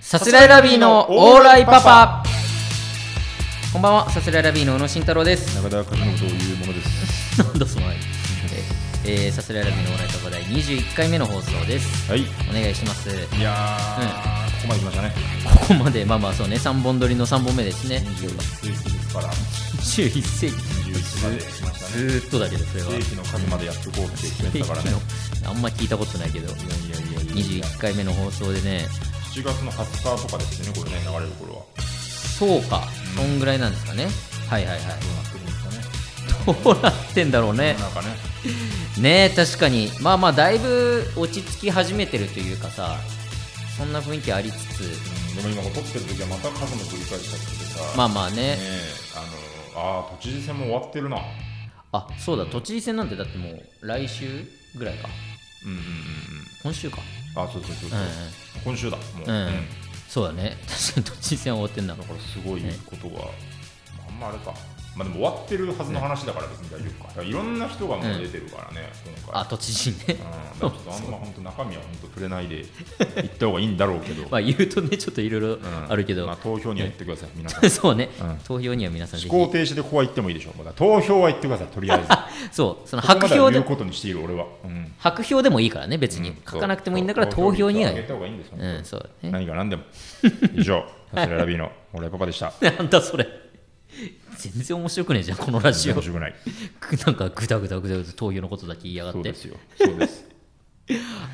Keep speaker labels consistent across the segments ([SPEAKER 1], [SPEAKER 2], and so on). [SPEAKER 1] さすらいラビーのオーライパパこんばんはさすらいラビーの宇野慎太郎です
[SPEAKER 2] 中田和伸というものです。
[SPEAKER 1] なんだその間えーさすらいラビーのオーライパパ第21回目の放送です
[SPEAKER 2] はい。い
[SPEAKER 1] お願いします
[SPEAKER 2] やー、ここまで来ましたね。
[SPEAKER 1] ここまでまあまあそうね3本撮りの3本目ですね
[SPEAKER 2] 21世紀ですから、
[SPEAKER 1] 21世紀
[SPEAKER 2] 21まで来ました
[SPEAKER 1] ず
[SPEAKER 2] ね。
[SPEAKER 1] ーっとだけどそれは
[SPEAKER 2] 世紀の数までやっていこうって決めてたからね。
[SPEAKER 1] あんま聞いたことないけど
[SPEAKER 2] いやいやいやいや
[SPEAKER 1] 21回目の放送でね
[SPEAKER 2] 7月の20日とかですよね、これね、流れる頃は。
[SPEAKER 1] そうかそんぐらいなんですかねはいはいはい
[SPEAKER 2] どうなってるんですかね。
[SPEAKER 1] どうなってんだろうね
[SPEAKER 2] なんかね、
[SPEAKER 1] ねえ確かにまあまあだいぶ落ち着き始めてるというかさそんな雰囲気ありつつ
[SPEAKER 2] うん、でも今、撮ってる時はまた数の繰り返しちゃっててさ、
[SPEAKER 1] まあまあね
[SPEAKER 2] ねえ、あの、あー、都知事選も終わってるな。
[SPEAKER 1] あそうだ都知事選なんてだってもう来週ぐらいか
[SPEAKER 2] うんうんうん
[SPEAKER 1] 今週か
[SPEAKER 2] うん。あ、そうそうそう
[SPEAKER 1] う
[SPEAKER 2] そ
[SPEAKER 1] ん
[SPEAKER 2] う。
[SPEAKER 1] うん
[SPEAKER 2] 今週だ、もう。
[SPEAKER 1] うん
[SPEAKER 2] うん
[SPEAKER 1] そうだね 確かに都知事選終わってんだ
[SPEAKER 2] だからすごいことが、まああんまあれか、まあ、でも終わってるはずの話だから別に大丈夫か、だからいろんな人がもう出てるからね、今回。
[SPEAKER 1] あ都知事ね
[SPEAKER 2] うん、だからちょっとあんま本当中身は本当触れないで言った方がいいんだろう けど、
[SPEAKER 1] まあ言うとねちょっといろいろ
[SPEAKER 2] うん
[SPEAKER 1] あるけど、。
[SPEAKER 2] まあ、投票には行ってください、皆さん
[SPEAKER 1] そうね、
[SPEAKER 2] うん
[SPEAKER 1] 投票には皆さんぜ
[SPEAKER 2] 思
[SPEAKER 1] ひ
[SPEAKER 2] 考停止でここは行ってもいいでしょう、もうだから投票は行ってください、とり あえず。
[SPEAKER 1] そうその
[SPEAKER 2] こ
[SPEAKER 1] 白
[SPEAKER 2] こまで
[SPEAKER 1] 票
[SPEAKER 2] は言う
[SPEAKER 1] で
[SPEAKER 2] ことにしている俺は。うん
[SPEAKER 1] 白票でもいいからね別に、
[SPEAKER 2] うん
[SPEAKER 1] 書かなくてもいいんだから投票には
[SPEAKER 2] 投行った方がいいんですよ、
[SPEAKER 1] うんそうだね
[SPEAKER 2] 何が何 でも。以上、さすらいラビーの俺パパでした。
[SPEAKER 1] なんだそれ全然面白くねえじゃんこのラジオ
[SPEAKER 2] 面白くない。
[SPEAKER 1] なんかぐだぐだぐだぐだ投票のことだけ言いやが
[SPEAKER 2] そ
[SPEAKER 1] っ
[SPEAKER 2] う
[SPEAKER 1] て
[SPEAKER 2] ですよ。そうです。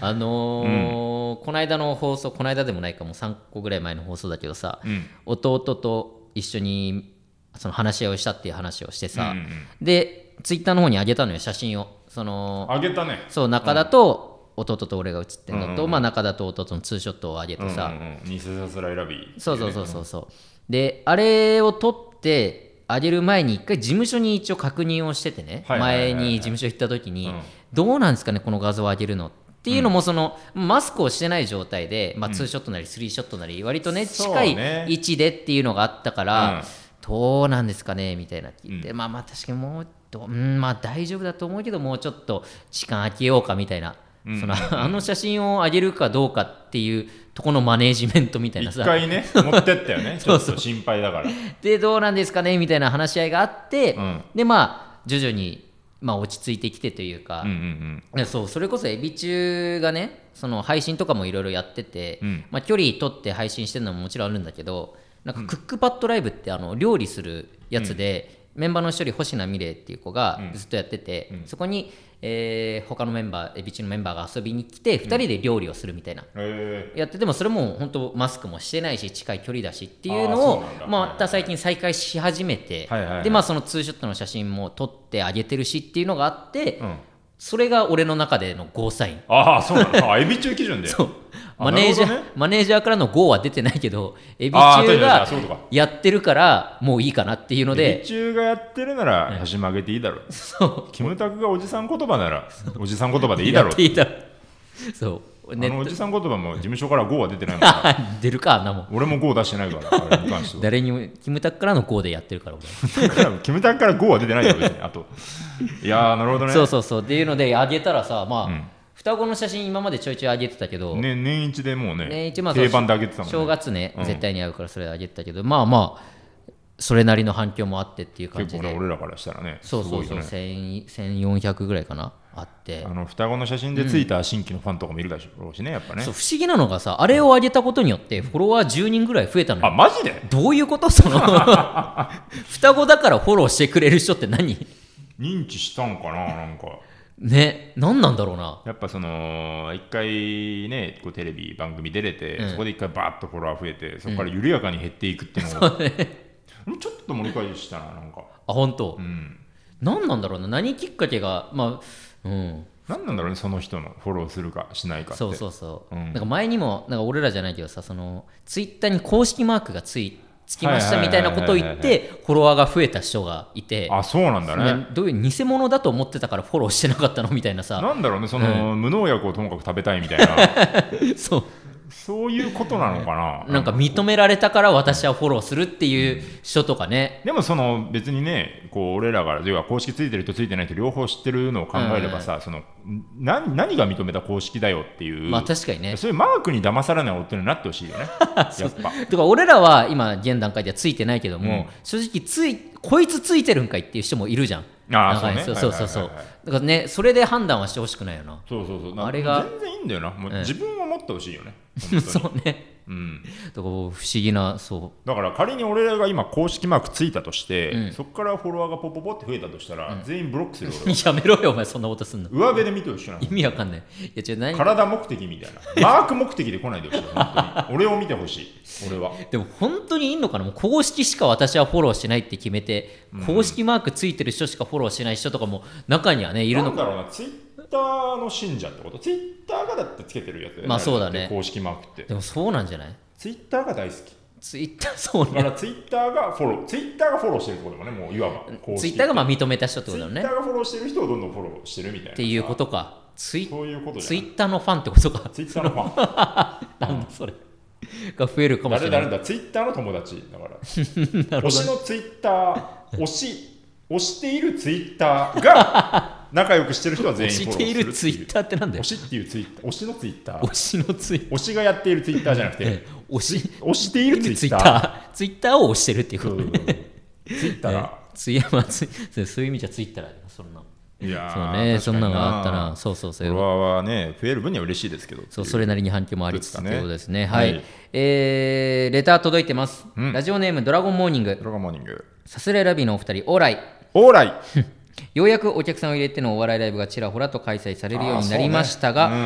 [SPEAKER 1] あのーこの間の放送この間でもないかもう3個ぐらい前の放送だけどさ、
[SPEAKER 2] うん
[SPEAKER 1] 弟と一緒にその話し合いをしたっていう話をしてさ、
[SPEAKER 2] うんうんうん
[SPEAKER 1] でツイッターの方に上げたのよ写真をその
[SPEAKER 2] あげたね。
[SPEAKER 1] そう中田と弟と俺が写ってるのと、
[SPEAKER 2] うんうんうん
[SPEAKER 1] まあ、中田と弟のツーショットを上げてさ、
[SPEAKER 2] うんうんうん、偽さすらいラビー。
[SPEAKER 1] そうそうそうそうそう、であれを撮ってあげる前に一回事務所に一応確認をしててね、
[SPEAKER 2] はいはいはいはい
[SPEAKER 1] 前に事務所行った時に、
[SPEAKER 2] うん
[SPEAKER 1] どうなんですかねこの画像を上げるのっていうのもその、マスクをしてない状態で、まあ、2ショットなり3ショットなり割とね
[SPEAKER 2] そう
[SPEAKER 1] 近
[SPEAKER 2] ね
[SPEAKER 1] い位置でっていうのがあったから、
[SPEAKER 2] うん
[SPEAKER 1] どうなんですかねみたいな聞いて、
[SPEAKER 2] う
[SPEAKER 1] まあまあ確かにもうどうんまあ大丈夫だと思うけどもうちょっと時間空けようかみたいな。そのあの写真を上げるかどうかっていうとこのマネージメントみたいな
[SPEAKER 2] 一
[SPEAKER 1] さ
[SPEAKER 2] 回ね、持ってったよね。ち
[SPEAKER 1] そ
[SPEAKER 2] ょ
[SPEAKER 1] う
[SPEAKER 2] っ
[SPEAKER 1] そう
[SPEAKER 2] と心配だから。
[SPEAKER 1] でどうなんですかねみたいな話し合いがあって、
[SPEAKER 2] うん
[SPEAKER 1] でまあ徐々に、まあ、落ち着いてきてというか
[SPEAKER 2] うんう、ん
[SPEAKER 1] でそうそれこそエビ中がねその配信とかもいろいろやってて、
[SPEAKER 2] うん
[SPEAKER 1] まあ、距離取って配信してるのももちろんあるんだけどなんかクックパッドライブってあの料理するやつで、メンバーの一人星名美玲っていう子がずっとやってて、そこに、えー他のメンバーエビ中のメンバーが遊びに来て2人で料理をするみたいな、
[SPEAKER 2] うん。へ
[SPEAKER 1] やっててもそれも本当マスクもしてないし近い距離だしっていう
[SPEAKER 2] あー
[SPEAKER 1] の
[SPEAKER 2] そう
[SPEAKER 1] を
[SPEAKER 2] なんだ
[SPEAKER 1] まあまた最近再開し始めて、
[SPEAKER 2] はいはいはい
[SPEAKER 1] でまあそのツーショットの写真も撮ってあげてるしっていうのがあって、
[SPEAKER 2] えうん。
[SPEAKER 1] それが俺の中でのゴーサイン
[SPEAKER 2] ああ、そうなの。あエビ中基準で。
[SPEAKER 1] そう
[SPEAKER 2] あ
[SPEAKER 1] マネージャ
[SPEAKER 2] な
[SPEAKER 1] ー、
[SPEAKER 2] るほどね
[SPEAKER 1] マネージャーからのゴーは出てないけどエビ
[SPEAKER 2] あー
[SPEAKER 1] 中
[SPEAKER 2] 確かに確か
[SPEAKER 1] が
[SPEAKER 2] にそういうことか
[SPEAKER 1] やってるからもういいかなっていうの
[SPEAKER 2] エビ
[SPEAKER 1] で
[SPEAKER 2] 中がやってるなら、箸曲げていいだろう。
[SPEAKER 1] そう
[SPEAKER 2] キムタクがおじさん言葉なら、おじさん言葉でいいだろ
[SPEAKER 1] やっ
[SPEAKER 2] う
[SPEAKER 1] て。いたそう
[SPEAKER 2] あのお
[SPEAKER 1] ね
[SPEAKER 2] じさん言葉も事務所から GO は出てないも ん
[SPEAKER 1] 出るかあんなもん
[SPEAKER 2] 俺も GO 出してないから、あれに関して
[SPEAKER 1] 誰にもキムタクからのゴーでやってるから俺
[SPEAKER 2] は。だから キムタクから GO は出てないよ、別に。あと。いやー、なるほどね。
[SPEAKER 1] そうそうそうっていうのであげたらさまあ、
[SPEAKER 2] うん
[SPEAKER 1] 双子の写真今までちょいちょいあげてたけど、
[SPEAKER 2] ね、年一でもうね、
[SPEAKER 1] ね一番
[SPEAKER 2] 定番であげてたもんね。
[SPEAKER 1] 正月ね、
[SPEAKER 2] うん
[SPEAKER 1] 絶対に会うからそれあげてたけどまあまあそれなりの反響もあってっていう感じ
[SPEAKER 2] 結構
[SPEAKER 1] で、
[SPEAKER 2] ね、俺らからしたらね、
[SPEAKER 1] そうそう
[SPEAKER 2] す
[SPEAKER 1] そう、
[SPEAKER 2] ごいよね
[SPEAKER 1] 1000 1400ぐらいかなあって
[SPEAKER 2] あの双子の写真でついた新規のファンとかもいるだろうしね、やっぱね
[SPEAKER 1] そう。不思議なのがさあれをあげたことによってフォロワー10人ぐらい増えたの
[SPEAKER 2] あ、
[SPEAKER 1] よ
[SPEAKER 2] マジで
[SPEAKER 1] どういうことそ の双子だからフォローしてくれる人って何
[SPEAKER 2] 認知したんかな、なんか。
[SPEAKER 1] ね何なんだろうな
[SPEAKER 2] やっぱその、一回ね、こうテレビ、番組出れて、そこで一回バーッとフォロワー増えて、そこから緩やかに減っていくっていうのが、ちょっと盛り返したな、なんか。
[SPEAKER 1] あ本当、
[SPEAKER 2] うん。
[SPEAKER 1] 何なんだろうな何きっかけがまあうん
[SPEAKER 2] なんなんだろうね、その人のフォローするかしないかって。
[SPEAKER 1] そうそうそう、
[SPEAKER 2] うん
[SPEAKER 1] なんか前にもなんか俺らじゃないけどさそのツイッターに公式マークがついつきましたみたいなことを言っ
[SPEAKER 2] はい
[SPEAKER 1] てフォロワーが増えた人がいて
[SPEAKER 2] あ、そうなんだね。
[SPEAKER 1] ねどういう偽物だと思ってたからフォローしてなかったのみたいなさ
[SPEAKER 2] なんだろうね、その、無農薬をともかく食べたいみたいな。
[SPEAKER 1] そう
[SPEAKER 2] そういうことなのかな
[SPEAKER 1] なんか認められたから私はフォローするっていう人とかね、
[SPEAKER 2] でもその別にねこう俺らが要は公式ついてる人ついてない人両方知ってるのを考えればさ、そのな何が認めた公式だよっていう、
[SPEAKER 1] まあ確かにね
[SPEAKER 2] そういうマークに騙されない大人になってほしいよ ねやっぱ。
[SPEAKER 1] だから俺らは今現段階ではついてないけども、正直ついこいつついてるんかいっていう人もいるじゃん
[SPEAKER 2] あー
[SPEAKER 1] 中に
[SPEAKER 2] そうね
[SPEAKER 1] そうそうそう
[SPEAKER 2] はいはいはいは
[SPEAKER 1] だからねそれで判断はしてほしくないよな
[SPEAKER 2] そうそうそうな
[SPEAKER 1] あれが
[SPEAKER 2] 全然いいんだよなもう
[SPEAKER 1] ええ
[SPEAKER 2] 自分を持ってほしいよ ね、本当に
[SPEAKER 1] そうね
[SPEAKER 2] うん、
[SPEAKER 1] だから不思議なそ
[SPEAKER 2] だから仮に俺らが今公式マークついたとして、
[SPEAKER 1] うん
[SPEAKER 2] そこからフォロワーがポポポって増えたとしたら、全員ブロックするよ
[SPEAKER 1] う やめろよお前そんなことすんの
[SPEAKER 2] 俺は上辺で見てほしくない
[SPEAKER 1] 意味わかんないいやちょ何
[SPEAKER 2] 体目的みたいなマーク目的で来ないでほしい本当に俺を見てほしい俺は
[SPEAKER 1] でも本当にいいのかなもう公式しか私はフォローしないって決めて、公式マークついてる人しかフォローしない人とかも中にはねいる
[SPEAKER 2] な
[SPEAKER 1] の
[SPEAKER 2] んだ
[SPEAKER 1] か
[SPEAKER 2] ろうなツイッターの信者ってことツイッターがだってつけてるやつよ
[SPEAKER 1] まあそうだね
[SPEAKER 2] 公式マークって
[SPEAKER 1] でもそうなんじゃない
[SPEAKER 2] ツイッターが大好き
[SPEAKER 1] ツイッターそう
[SPEAKER 2] だか
[SPEAKER 1] ね
[SPEAKER 2] らツイッターがフォローツイッターがフォローしてるってことだもんねもういわば公式
[SPEAKER 1] ツイッターがまあ認めた人ってことだよ
[SPEAKER 2] ツイッ
[SPEAKER 1] ね
[SPEAKER 2] ターがフォローしてる人をどんどんフォローしてるみたいな
[SPEAKER 1] っ
[SPEAKER 2] って
[SPEAKER 1] いうことかツイ
[SPEAKER 2] そういうこと
[SPEAKER 1] ツ
[SPEAKER 2] じ
[SPEAKER 1] イ
[SPEAKER 2] ゃない
[SPEAKER 1] ッターのファンってことか
[SPEAKER 2] ツイッターのファン
[SPEAKER 1] なんだそれが増えるかもし
[SPEAKER 2] 誰
[SPEAKER 1] れな
[SPEAKER 2] 誰
[SPEAKER 1] い
[SPEAKER 2] だツイッターの友達だから 推しのツイッター推し推しているツイッタ ーが仲良くしてる人は全
[SPEAKER 1] 推
[SPEAKER 2] 員フ
[SPEAKER 1] してい
[SPEAKER 2] ォローする
[SPEAKER 1] るツイッターってなんだ
[SPEAKER 2] 推
[SPEAKER 1] よ
[SPEAKER 2] しっていうツイッター推しのツイッター
[SPEAKER 1] 推しのツイッ
[SPEAKER 2] 推しがやっているツイッターじゃなく
[SPEAKER 1] タ ー
[SPEAKER 2] て
[SPEAKER 1] 推し
[SPEAKER 2] 推してい
[SPEAKER 1] い
[SPEAKER 2] る
[SPEAKER 1] る
[SPEAKER 2] ツ
[SPEAKER 1] ツ
[SPEAKER 2] イ
[SPEAKER 1] イ
[SPEAKER 2] ッ
[SPEAKER 1] ッ
[SPEAKER 2] タ
[SPEAKER 1] タ
[SPEAKER 2] ー
[SPEAKER 1] ーツイッターを推してるっていう
[SPEAKER 2] そ
[SPEAKER 1] こ
[SPEAKER 2] う
[SPEAKER 1] と
[SPEAKER 2] そうそうツイッターが
[SPEAKER 1] ツイまあツイそうそういう意味じゃツイッターだよそんなの
[SPEAKER 2] いやー
[SPEAKER 1] そうねそんなのがあった
[SPEAKER 2] 確かに
[SPEAKER 1] なそうそうそ
[SPEAKER 2] フ
[SPEAKER 1] う
[SPEAKER 2] ォロワーはね増える分には嬉しいですけど
[SPEAKER 1] そうそれなりに反響もありつつ
[SPEAKER 2] です
[SPEAKER 1] と
[SPEAKER 2] かね
[SPEAKER 1] いうことですね。はい、
[SPEAKER 2] はい
[SPEAKER 1] えーレター届いてます、
[SPEAKER 2] ん
[SPEAKER 1] ラジオネームドラゴンモーニング、
[SPEAKER 2] ドラゴンモーニング
[SPEAKER 1] さすらいラビーのお二人、オーライ。
[SPEAKER 2] オ ーライ
[SPEAKER 1] ようやくお客さんを入れてのお笑いライブがちらほらと開催されるようになりました
[SPEAKER 2] あー
[SPEAKER 1] が、
[SPEAKER 2] そ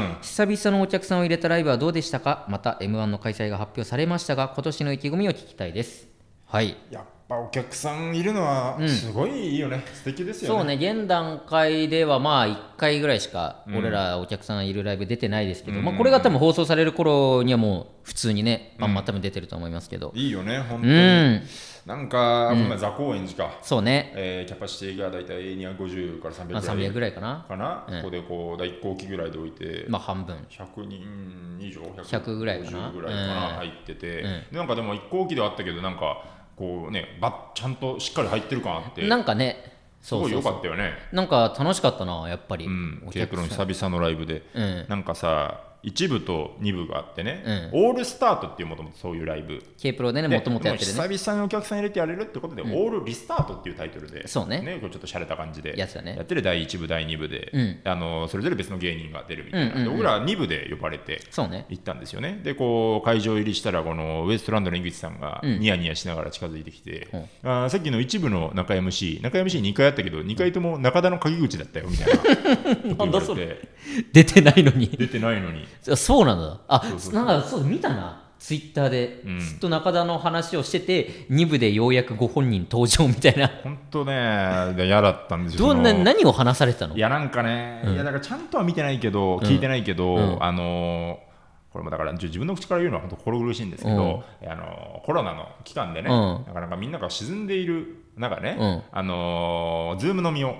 [SPEAKER 2] うね
[SPEAKER 1] 久々のお客さんを入れたライブはどうでしたかまた M1 の開催が発表されましたが、今年の意気込みを聞きたいです。はい。
[SPEAKER 2] やっぱお客さんいるのはすごいいいよね、素敵ですよね
[SPEAKER 1] そうね現段階ではまあ1回ぐらいしか俺らお客さんいるライブ出てないですけど、まあ、これが多分放送される頃にはもう普通にねバンバン多分出てると思いますけど、
[SPEAKER 2] いいよね本当
[SPEAKER 1] う
[SPEAKER 2] に、
[SPEAKER 1] ん、
[SPEAKER 2] なんか、今座高円寺か、
[SPEAKER 1] そうね、
[SPEAKER 2] えーキャパシティがだいたい250から300ぐ
[SPEAKER 1] ま
[SPEAKER 2] ら
[SPEAKER 1] あ、
[SPEAKER 2] い
[SPEAKER 1] 300ぐらいかな、
[SPEAKER 2] かな、
[SPEAKER 1] うん
[SPEAKER 2] ここでこう第1号機ぐらいで置いて、
[SPEAKER 1] まあ、半分、
[SPEAKER 2] 100人以上
[SPEAKER 1] 100ぐらいかな
[SPEAKER 2] 150ぐらいかな
[SPEAKER 1] うん
[SPEAKER 2] 入ってて、
[SPEAKER 1] うん
[SPEAKER 2] でなんかでも1号機ではあったけどなんかこうねばちゃんとしっかり入ってる感あって
[SPEAKER 1] なんかね、
[SPEAKER 2] す
[SPEAKER 1] そ
[SPEAKER 2] ご
[SPEAKER 1] う
[SPEAKER 2] い
[SPEAKER 1] そう
[SPEAKER 2] 良かったよね
[SPEAKER 1] なんか楽しかったな、やっぱり、
[SPEAKER 2] うん
[SPEAKER 1] お
[SPEAKER 2] K
[SPEAKER 1] 客
[SPEAKER 2] プロの
[SPEAKER 1] さん、
[SPEAKER 2] 久々のライブで、
[SPEAKER 1] うん、
[SPEAKER 2] なんかさ1部と2部があってね、オールスタートっていうもともとそういうライブ
[SPEAKER 1] K プロでね、
[SPEAKER 2] で
[SPEAKER 1] もともとやってる
[SPEAKER 2] も
[SPEAKER 1] ね、
[SPEAKER 2] う久々にお客さん入れてやれるってことで、オールリスタートっていうタイトルで
[SPEAKER 1] そうね
[SPEAKER 2] こちょっと洒落た感じで
[SPEAKER 1] やつだね
[SPEAKER 2] ってる第1部第2部で、
[SPEAKER 1] うん
[SPEAKER 2] あのそれぞれ別の芸人が出るみたいな、
[SPEAKER 1] うんうんうん
[SPEAKER 2] で僕らは2部で呼ばれて
[SPEAKER 1] そうね、
[SPEAKER 2] 行ったんですよねでこう会場入りしたらこのウエストランドの井口さんが
[SPEAKER 1] うん
[SPEAKER 2] ニヤニヤしながら近づいてきて、
[SPEAKER 1] うん
[SPEAKER 2] あーさっきの一部の中 MC 中 MC2 回あったけど2回とも中田の鍵口だったよみたい なこと言われ
[SPEAKER 1] なん
[SPEAKER 2] て
[SPEAKER 1] 出てないのに、
[SPEAKER 2] 出てないのに
[SPEAKER 1] あそうなんだ、あ
[SPEAKER 2] そうそう
[SPEAKER 1] なんかそう、見たな。ツイッターで
[SPEAKER 2] うん
[SPEAKER 1] ずっと中田の話をしてて、2部でようやくご本人登場みたいな、
[SPEAKER 2] 本当ねで嫌だったんですよ
[SPEAKER 1] ど
[SPEAKER 2] そ
[SPEAKER 1] ん
[SPEAKER 2] の
[SPEAKER 1] な何を話されてたの
[SPEAKER 2] いやなんかね、いやだからちゃんとは見てないけど、聞いてないけど、
[SPEAKER 1] うん
[SPEAKER 2] あのーこれもだから自自分の口から言うのは本当心苦しいんですけど、あのーコロナの期間でね、
[SPEAKER 1] うん
[SPEAKER 2] なかなかみんなが沈んでいる中ね、
[SPEAKER 1] うん
[SPEAKER 2] あのーズーム飲みを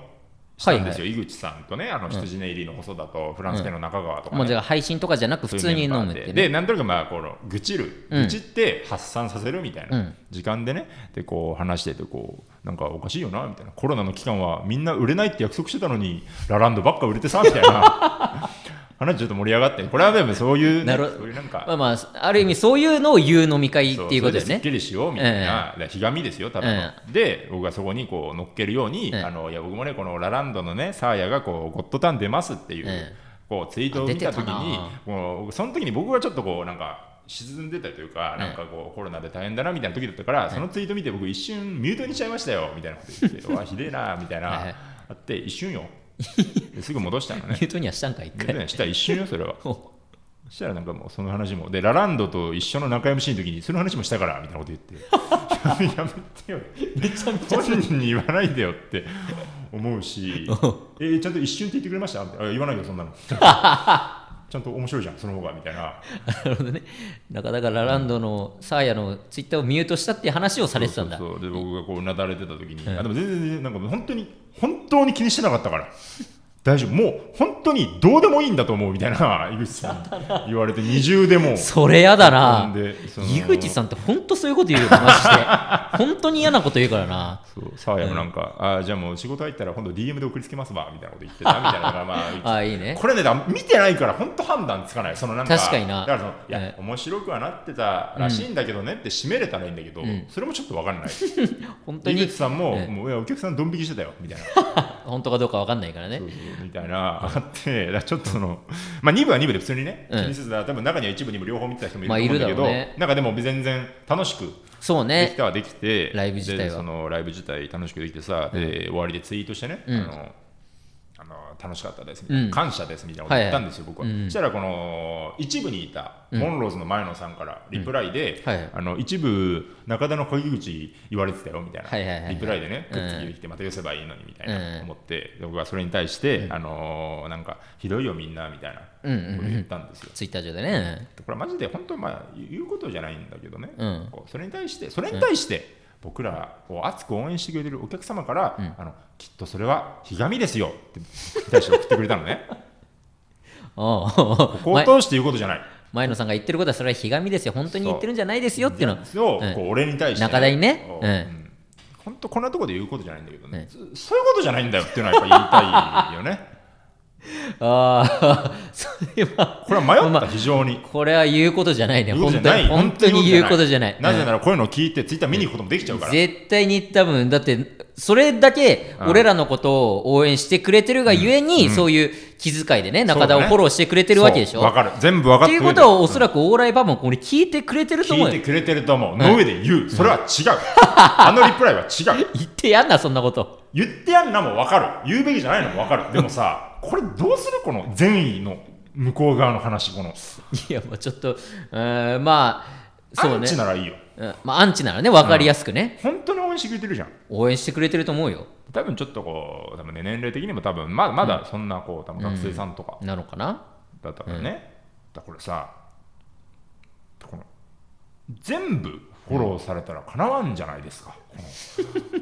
[SPEAKER 2] したんですよ、
[SPEAKER 1] は
[SPEAKER 2] 井口さんとねあの羊ネイリーの細田とフランス系の中川とかね、
[SPEAKER 1] もうじゃあ配信とかじゃなく普通に飲むっ
[SPEAKER 2] そういうメンバ
[SPEAKER 1] て
[SPEAKER 2] ーで
[SPEAKER 1] ね
[SPEAKER 2] でなんとなくまあこの愚痴る、
[SPEAKER 1] うん
[SPEAKER 2] 愚痴って発散させるみたいうなん時間でねでこう話しててこうなんかおかしいよなみたいなコロナの期間はみんな売れないって約束してたのにラランドばっか売れてさみたいな 話ちょっと盛り上がってこれはでもそういう、ね、
[SPEAKER 1] なる
[SPEAKER 2] そういうなんか
[SPEAKER 1] まあまあある意味そういうのを言う飲み会っていうことだよ
[SPEAKER 2] それですっ
[SPEAKER 1] ね
[SPEAKER 2] きりしようみたいな、だからひがみですよ、ただの、で、僕がそこにこう乗っけるように、
[SPEAKER 1] ええ
[SPEAKER 2] あのいや僕もね、このラランドのね、サーヤがこうゴッドタン出ますっていう,、
[SPEAKER 1] ええ
[SPEAKER 2] こうツイートを見たとき
[SPEAKER 1] あ出
[SPEAKER 2] に
[SPEAKER 1] てたな、
[SPEAKER 2] もうその時に僕がちょっとこう、なんか、沈んでたというか、なんかこう、コロナで大変だなみたいな時だったから、そのツイート見て、僕、一瞬ミュートにしちゃいましたよみたいなこと言 って、うわ、ひでえなみたいな、
[SPEAKER 1] はいはい
[SPEAKER 2] あって、一 瞬よ、ですぐ戻したの
[SPEAKER 1] ミ
[SPEAKER 2] ね
[SPEAKER 1] ュ。ートにはしたんか一回
[SPEAKER 2] でしたら一瞬よ、それは。
[SPEAKER 1] お
[SPEAKER 2] そしたらなんかもうその話もでラランドと一緒の仲良しの時にその話もしたからみたいなこと言っ てやめてよめちゃめちゃ本人に言わないでよって思 うしえーちゃんと一瞬って言ってくれましたみたいなあ言わないよそんなのちゃんと面白いじゃんその方がみたいな
[SPEAKER 1] なるほどね中田がラランドのサーヤのツイッターをミュートしたっていう話をされてたんだ
[SPEAKER 2] そうそうそうで僕がこううなだれてた時に、あでも全然全然なんか本当に本当に気にしてなかったから大丈夫もう本当にどうでもいいんだと思うみたいな井口さんに言われて二重でもう
[SPEAKER 1] それやだな
[SPEAKER 2] 飛んでその
[SPEAKER 1] 井口さんって本当そういうこと言うよなマ ジで本当に嫌なこと言うからな
[SPEAKER 2] そうサーヤもなんか、あーじゃあもう仕事入ったら今度 DM で送りつけますわみたいなこと言 ってたみたいなのがまあ
[SPEAKER 1] ああいいね
[SPEAKER 2] これねだから見てないから本当判断つかないそのなんか
[SPEAKER 1] 確かにな
[SPEAKER 2] だからそのいや、
[SPEAKER 1] ええ
[SPEAKER 2] 面白くはなってたらしいんだけどねって締めれたらいいんだけど、
[SPEAKER 1] ん
[SPEAKER 2] それもちょっと分かんない
[SPEAKER 1] 本当
[SPEAKER 2] 井
[SPEAKER 1] に
[SPEAKER 2] 口さんも,、
[SPEAKER 1] ええ
[SPEAKER 2] もういやお客さんドン引きしてたよみたい な
[SPEAKER 1] 本当かどうかわかんないからね
[SPEAKER 2] そうそうみたいなあってだからちょっとその、まあ、2部は2部で普通にね気
[SPEAKER 1] うん
[SPEAKER 2] にせずだ多分中には1部にも両方見てた人もい
[SPEAKER 1] まあ
[SPEAKER 2] ると思うんだけど、
[SPEAKER 1] いるだろうね
[SPEAKER 2] なんかでも全然楽しく
[SPEAKER 1] そう
[SPEAKER 2] でき
[SPEAKER 1] ね
[SPEAKER 2] たはできて
[SPEAKER 1] ライブ自体は
[SPEAKER 2] でそのライブ自体楽しくできてさ、で終わりでツイートしてね、
[SPEAKER 1] うん
[SPEAKER 2] あのあの楽しかったですみたいな、
[SPEAKER 1] うん
[SPEAKER 2] 感謝ですみたいなこと言ったんですよ、僕は、
[SPEAKER 1] うんうん
[SPEAKER 2] そしたらこの一部にいたモンローズの前野さんからリプライで、
[SPEAKER 1] うんはい
[SPEAKER 2] あの一部中田の鍵口言われてたよみたいな、
[SPEAKER 1] はいはいはい
[SPEAKER 2] リプライでね
[SPEAKER 1] うん
[SPEAKER 2] くっつきできてまた寄せばいいのにみたいうなん思って、で僕はそれに対して、あのなんかひどいよみんなみたいな
[SPEAKER 1] うんうん
[SPEAKER 2] こと言ったんですよ、
[SPEAKER 1] ツイッター上でね
[SPEAKER 2] これはマジで本当にまあ言うことじゃないんだけどね、
[SPEAKER 1] うん
[SPEAKER 2] こうそれに対してそれに対して僕らを熱く応援してくれてるお客様から、あのきっとそれはひがみですよって対して送ってくれたの ね
[SPEAKER 1] おう
[SPEAKER 2] こう
[SPEAKER 1] 前
[SPEAKER 2] 通して言うことじゃない
[SPEAKER 1] 前野さんが言ってることはそれはひがみですよ本当に言ってるんじゃないですよっていうのは
[SPEAKER 2] を、
[SPEAKER 1] うん
[SPEAKER 2] こう俺に対して、
[SPEAKER 1] 中田にね
[SPEAKER 2] こ
[SPEAKER 1] うん
[SPEAKER 2] ん本当こんなところで言うことじゃないんだけど
[SPEAKER 1] う
[SPEAKER 2] ね
[SPEAKER 1] ん、
[SPEAKER 2] ずそういうことじゃないんだよっていうのはやっぱ言いたいよね
[SPEAKER 1] ああそれ は
[SPEAKER 2] これは迷っ
[SPEAKER 1] ま
[SPEAKER 2] た非常に
[SPEAKER 1] これは言うことじゃないね
[SPEAKER 2] 言うこと
[SPEAKER 1] 本
[SPEAKER 2] じゃ
[SPEAKER 1] 当
[SPEAKER 2] ない
[SPEAKER 1] に本当に言うことじゃない
[SPEAKER 2] なぜならこういうのを聞いてツイッター見に行くこともできちゃうから、
[SPEAKER 1] 絶対に多分だってそれだけ俺らのことを応援してくれてるがゆえに、そういう気遣いでね中田をフォローしてくれてるわけでしょ
[SPEAKER 2] そうわかる全部わか
[SPEAKER 1] っ
[SPEAKER 2] ってて
[SPEAKER 1] いう
[SPEAKER 2] る
[SPEAKER 1] ことはおそらく往来バーもこれ聞いてくれてると思
[SPEAKER 2] 聞いうて
[SPEAKER 1] よ
[SPEAKER 2] くれてると思う、の上で言う、それ は違う、あのリプライは違う、
[SPEAKER 1] 言ってやんなそんなこと
[SPEAKER 2] 言ってやんなも分かる、言うべきじゃないのも分かる、でもさ、これどうする、この善意の向こう側の話、この、
[SPEAKER 1] いやもうちょっとうーんまあそう
[SPEAKER 2] アン
[SPEAKER 1] ね
[SPEAKER 2] チならいいよ、
[SPEAKER 1] うんまあ、アンチならね分かりやすくね、
[SPEAKER 2] 本当に応援してくれてるじゃん、
[SPEAKER 1] 応援してくれてると思うよ
[SPEAKER 2] 多分ちょっとこう、多分ね、年齢的にも多分まだまだそんなこう、多分学生さんとか
[SPEAKER 1] なのかな
[SPEAKER 2] だったからね、だからこれさ、この全部フォローされたらかなわんじゃないですか、こ の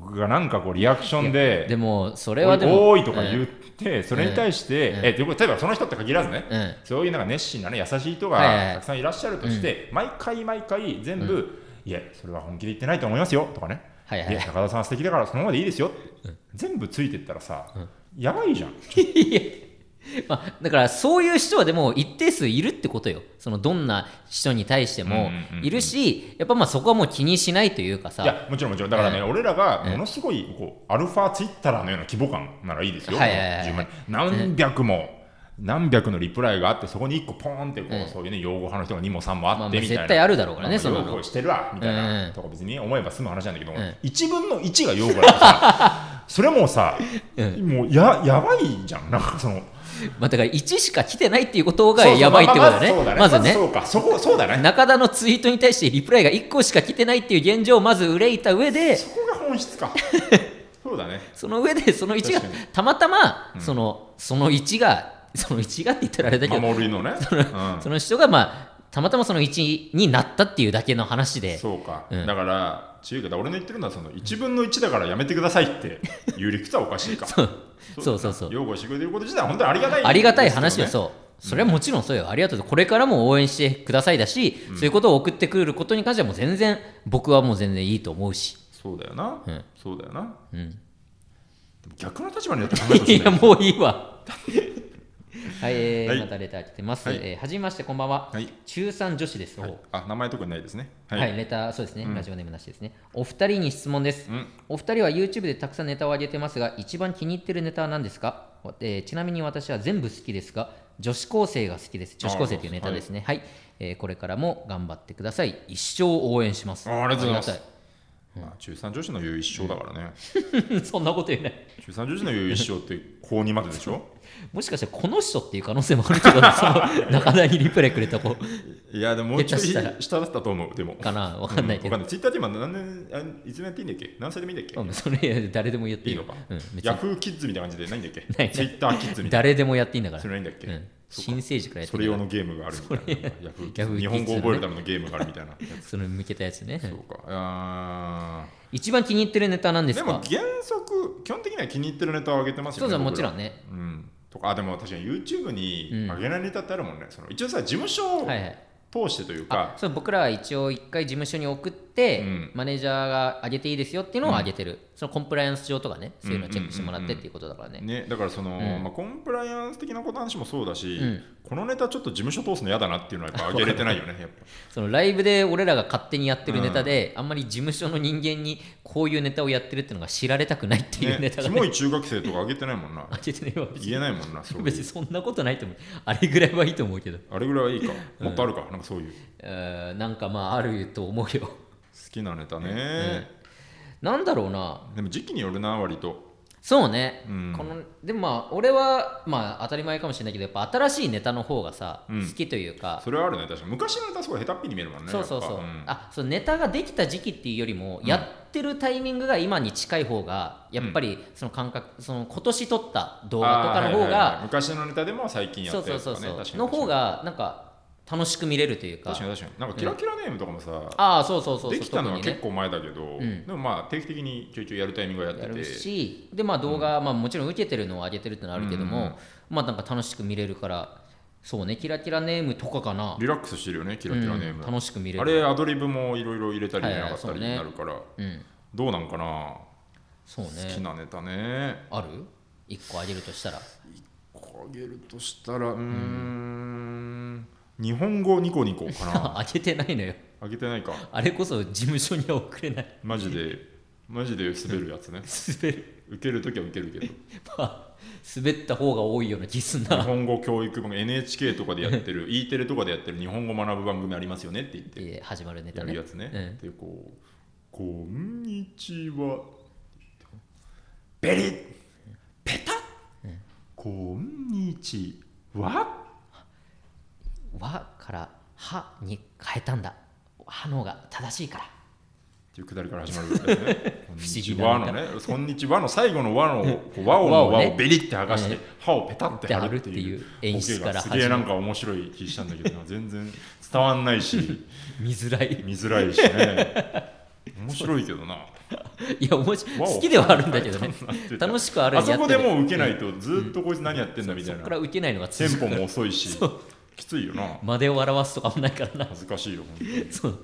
[SPEAKER 2] 僕がなんかこう、リアクションで。
[SPEAKER 1] でもそ
[SPEAKER 2] こ
[SPEAKER 1] れはでも
[SPEAKER 2] 多いとか
[SPEAKER 1] う
[SPEAKER 2] 言
[SPEAKER 1] ん
[SPEAKER 2] って、それに対して、えということ例えばその人って限らずね、
[SPEAKER 1] うん
[SPEAKER 2] そういうなんか熱心な、ね、優しい人
[SPEAKER 1] はいはいは
[SPEAKER 2] が
[SPEAKER 1] い
[SPEAKER 2] たくさんいらっしゃるとして、毎回毎回全部、いや、それは本気で言ってないと思いますよとかね、
[SPEAKER 1] はいはい
[SPEAKER 2] や、高田さんは素敵だからそのままでいいですよって、全部ついてったらさ、やばいじゃん。
[SPEAKER 1] まあ、だからそういう人はでも一定数いるってことよそのどんな人に対して
[SPEAKER 2] う
[SPEAKER 1] も
[SPEAKER 2] んうんうんうん
[SPEAKER 1] いるしやっぱまあそこはもう気にしないというか
[SPEAKER 2] い
[SPEAKER 1] さ
[SPEAKER 2] やもちろんもちろんだからね、
[SPEAKER 1] う
[SPEAKER 2] 俺らがものすごいこうアルファツイッターのような規模感ならいいですよ、
[SPEAKER 1] はいはいはい
[SPEAKER 2] 10万何百も、何百のリプライがあってそこに1個ポーンってこう、
[SPEAKER 1] うん
[SPEAKER 2] そういうね用語派の人が2も3も
[SPEAKER 1] ま
[SPEAKER 2] あ
[SPEAKER 1] あま
[SPEAKER 2] って
[SPEAKER 1] あ
[SPEAKER 2] みたいな、
[SPEAKER 1] 絶対あるだろうからね
[SPEAKER 2] まあ
[SPEAKER 1] そんな
[SPEAKER 2] 擁護
[SPEAKER 1] の
[SPEAKER 2] してるわみたい
[SPEAKER 1] うんう
[SPEAKER 2] なんとか別に思えば済む話なんだけど、
[SPEAKER 1] ん
[SPEAKER 2] 一1分の1が擁護だから さそれもうさ、もうややばいじゃんなんかその
[SPEAKER 1] まあだから1しか来てないっていうことが
[SPEAKER 2] そうそう
[SPEAKER 1] やばいってことだね
[SPEAKER 2] まあま
[SPEAKER 1] まず
[SPEAKER 2] ずそうだねまず
[SPEAKER 1] ね
[SPEAKER 2] そうかそこそうだ ね
[SPEAKER 1] 中田のツイートに対してリプライが1個しか来てないっていう現状をまず憂いた上で
[SPEAKER 2] そこが本 質かそうだね
[SPEAKER 1] その上でその1が
[SPEAKER 2] 確かに
[SPEAKER 1] たまたまそのその1がその1がって言ったらあれだけど
[SPEAKER 2] 守りのね、うん
[SPEAKER 1] その人がまあたまたまその1になったっていうだけの話で
[SPEAKER 2] そうか、
[SPEAKER 1] うん
[SPEAKER 2] だから中華だ俺の言ってるのはその1分の1だからやめてくださいっていう理屈はおかしいか
[SPEAKER 1] そうそうそうそう
[SPEAKER 2] 擁護してくれてること自体は本当にありがたい、
[SPEAKER 1] ありがたい話よ、
[SPEAKER 2] う
[SPEAKER 1] そう。それはもちろんそうよ、ありがとうこれからも応援してくださいだし、そういうことを送ってくることに関しては、もう全然、僕はもう全然いいと思うし、
[SPEAKER 2] そうだよな、
[SPEAKER 1] うん
[SPEAKER 2] そうだよな、
[SPEAKER 1] ん
[SPEAKER 2] でも逆の立場になって考えてほしい
[SPEAKER 1] い
[SPEAKER 2] んだ
[SPEAKER 1] や、
[SPEAKER 2] よ
[SPEAKER 1] もういい わ。はい、えー
[SPEAKER 2] はい
[SPEAKER 1] またレター来てます。
[SPEAKER 2] はい
[SPEAKER 1] えーはじめまして、こんばんは。
[SPEAKER 2] はい
[SPEAKER 1] 中3女子です。お
[SPEAKER 2] はいあ名前とかないですねは、
[SPEAKER 1] はいい、レター、そうですね、ラジオネームなしですね。お二人に質問です。
[SPEAKER 2] うん
[SPEAKER 1] お二人は YouTube でたくさんネタを上げてますが、一番気に入ってるネタは何ですか、えーちなみに私は全部好きですが、女子高生が好きです。女子高生というネタですね。はい、えーこれからも頑張ってください。一生応援します。
[SPEAKER 2] あありがとうございます
[SPEAKER 1] あり
[SPEAKER 2] まあ、中3女子の言う一生だからね、
[SPEAKER 1] がたい そんなこと言えない。
[SPEAKER 2] 中3女子の言う一生って高2まででしょ
[SPEAKER 1] もしかしてこの人っていう可能性もあるけど、 その中田にリプレイくれた子
[SPEAKER 2] いやでももうち ょい
[SPEAKER 1] 下手したら
[SPEAKER 2] 下だったと思うでも
[SPEAKER 1] かなわかんないけど
[SPEAKER 2] うわかんないツイッターって今何年あいつもやっていいんだっけ何歳でもいいんだっけ、
[SPEAKER 1] うんそれ誰でもやってい
[SPEAKER 2] い
[SPEAKER 1] い
[SPEAKER 2] いのか、
[SPEAKER 1] うん、別
[SPEAKER 2] ヤ
[SPEAKER 1] に
[SPEAKER 2] フーキッズみたいな感じでないんだっけ
[SPEAKER 1] ない
[SPEAKER 2] ツイッターキッズみたいな
[SPEAKER 1] 誰でもやっていいんだから
[SPEAKER 2] そ。れないんだっけ、
[SPEAKER 1] うん新生塾のやつ
[SPEAKER 2] それ用のゲームがあるみたいなヤフーキッズ
[SPEAKER 1] Yahoo
[SPEAKER 2] 日本語
[SPEAKER 1] Kids のね
[SPEAKER 2] 覚えるためのゲームがあるみたいなやつ
[SPEAKER 1] それに向けたやつね
[SPEAKER 2] そうかあー
[SPEAKER 1] 一番気に入ってるネタなんです
[SPEAKER 2] で
[SPEAKER 1] か
[SPEAKER 2] も原則基本的には気に入ってるネタを上げてますよ
[SPEAKER 1] そう
[SPEAKER 2] ね
[SPEAKER 1] そうも
[SPEAKER 2] 僕
[SPEAKER 1] ち
[SPEAKER 2] ら
[SPEAKER 1] ろんね
[SPEAKER 2] うんとかあでも確かに YouTube に
[SPEAKER 1] うん
[SPEAKER 2] 上げないネタってあるもんね、その一応さ事務所を
[SPEAKER 1] はいはい
[SPEAKER 2] 通してというか、
[SPEAKER 1] あそう僕らは一応一回事務所に送って、
[SPEAKER 2] うん
[SPEAKER 1] マネージャーが上げていいですよっていうのを上げてる、そのコンプライアンス上とかねそういうのをチェックしてもらってっていうことだからね、
[SPEAKER 2] ね、だからその、
[SPEAKER 1] うん
[SPEAKER 2] まあ、コンプライアンス的なことの話もそうだし、
[SPEAKER 1] うん
[SPEAKER 2] このネタちょっと事務所通すの嫌だなっていうのはやっぱ上げれてない よねやっぱ
[SPEAKER 1] そのライブで俺らが勝手にやってるネタで、あんまり事務所の人間にこういうネタをやってるっていうのが知られたくないっていうネ
[SPEAKER 2] ね
[SPEAKER 1] タが、
[SPEAKER 2] キ
[SPEAKER 1] ね
[SPEAKER 2] モい中学生とか上げてないもんな
[SPEAKER 1] あちょっとね別に
[SPEAKER 2] 言えないもんなそうい
[SPEAKER 1] 別に
[SPEAKER 2] う
[SPEAKER 1] そんなことないと思うあれぐらいはいいと思うけど
[SPEAKER 2] あれぐらいはいいかもっとあるか、なんかそういう好
[SPEAKER 1] えーなんかまああると思うよ
[SPEAKER 2] きなネタね、
[SPEAKER 1] なんだろうな
[SPEAKER 2] でも時期によるな割と
[SPEAKER 1] そうね、
[SPEAKER 2] うん
[SPEAKER 1] このでもまあ俺はまあ当たり前かもしれないけどやっぱ新しいネタの方がさ、
[SPEAKER 2] うん
[SPEAKER 1] 好きというか
[SPEAKER 2] それはあるね確かに昔のネタすごい下手っぴに見えるもんね
[SPEAKER 1] そうそうそう、
[SPEAKER 2] やっぱん
[SPEAKER 1] あそうネタができた時期っていうよりも、
[SPEAKER 2] うん
[SPEAKER 1] やってるタイミングが今に近い方がやっぱりその感覚、その今年撮った動画とかの
[SPEAKER 2] あー
[SPEAKER 1] 方
[SPEAKER 2] はいはいはい
[SPEAKER 1] が
[SPEAKER 2] 昔のネタでも最近や
[SPEAKER 1] そう
[SPEAKER 2] った
[SPEAKER 1] そ
[SPEAKER 2] や
[SPEAKER 1] うそう
[SPEAKER 2] つとかね
[SPEAKER 1] そう
[SPEAKER 2] 確かに
[SPEAKER 1] の方がなんか楽しく見れるというか
[SPEAKER 2] 確かに確かになんかキラキラネームとかもさ、
[SPEAKER 1] ああそうそうそうそう
[SPEAKER 2] できたのは
[SPEAKER 1] 特に
[SPEAKER 2] 結構前だけど、
[SPEAKER 1] うん
[SPEAKER 2] でもまあ定期的にちょいちょいやるタイミングはやって
[SPEAKER 1] や
[SPEAKER 2] て
[SPEAKER 1] るしでまあ動画、まあ、もちろん受けてるのを上げてるってのはあるけども、まあなんか楽しく見れるからそうねキラキラネームとかかな
[SPEAKER 2] リラックスしてるよねキラキラネーム、
[SPEAKER 1] うん楽しく見れる
[SPEAKER 2] あれアドリブもいろいろ入れたり入れなかった
[SPEAKER 1] はい
[SPEAKER 2] り
[SPEAKER 1] はい
[SPEAKER 2] に
[SPEAKER 1] そ
[SPEAKER 2] な
[SPEAKER 1] うね
[SPEAKER 2] るから、
[SPEAKER 1] うん
[SPEAKER 2] どうなんかな、
[SPEAKER 1] そう
[SPEAKER 2] 好き
[SPEAKER 1] ね
[SPEAKER 2] なネタね
[SPEAKER 1] ある1個あげるとしたら
[SPEAKER 2] こうあげるとしたらうーん日本語ニコニコかな
[SPEAKER 1] あげてないのよ
[SPEAKER 2] あげてないか
[SPEAKER 1] あれこそ事務所には送れない
[SPEAKER 2] マジでマジで滑るやつね
[SPEAKER 1] 滑る
[SPEAKER 2] 受けるときは受けるけど日
[SPEAKER 1] まあ滑った方が多いような気すんな
[SPEAKER 2] 本語教育番組 NHK とかでやってる E テレとかでやってる日本語学ぶ番組ありますよねって言って
[SPEAKER 1] で始まるネタ
[SPEAKER 2] や
[SPEAKER 1] ね
[SPEAKER 2] るやつね、
[SPEAKER 1] うん
[SPEAKER 2] でこう「こんにちは」ベリッペタッ、こんにちは
[SPEAKER 1] 和から歯に変えたんだ歯の方が正しいから
[SPEAKER 2] っていうくだりから始まるんですね。こんにち
[SPEAKER 1] 不思
[SPEAKER 2] は
[SPEAKER 1] 議
[SPEAKER 2] の
[SPEAKER 1] な
[SPEAKER 2] ね、こんにちはの最後の和の、こう和音の
[SPEAKER 1] 和を
[SPEAKER 2] 和
[SPEAKER 1] ね
[SPEAKER 2] をベリって剥がして
[SPEAKER 1] うん、
[SPEAKER 2] 歯をペタって貼るってい
[SPEAKER 1] 貼
[SPEAKER 2] う
[SPEAKER 1] るっていう演出
[SPEAKER 2] ボケが
[SPEAKER 1] から始
[SPEAKER 2] す
[SPEAKER 1] まる
[SPEAKER 2] げえなんか面白い気したんだけどな、全然伝わんな いし、
[SPEAKER 1] 見づらい
[SPEAKER 2] 見づらいしね。面白いけどな。
[SPEAKER 1] いや面白い
[SPEAKER 2] 和を
[SPEAKER 1] 好きではあるんだけどね
[SPEAKER 2] なってた
[SPEAKER 1] 楽しくある
[SPEAKER 2] あ
[SPEAKER 1] んや
[SPEAKER 2] そ
[SPEAKER 1] って
[SPEAKER 2] こ
[SPEAKER 1] る
[SPEAKER 2] でもう受けないと、ずっとこいつ何やってんだみた
[SPEAKER 1] そ
[SPEAKER 2] い
[SPEAKER 1] こ
[SPEAKER 2] な
[SPEAKER 1] か。ら受けないのが
[SPEAKER 2] テン
[SPEAKER 1] 続
[SPEAKER 2] ポ
[SPEAKER 1] く
[SPEAKER 2] も遅いし
[SPEAKER 1] そ、
[SPEAKER 2] きついよな。
[SPEAKER 1] 間でを表すとかもないからな
[SPEAKER 2] 恥ずかしいよ、本当に
[SPEAKER 1] そう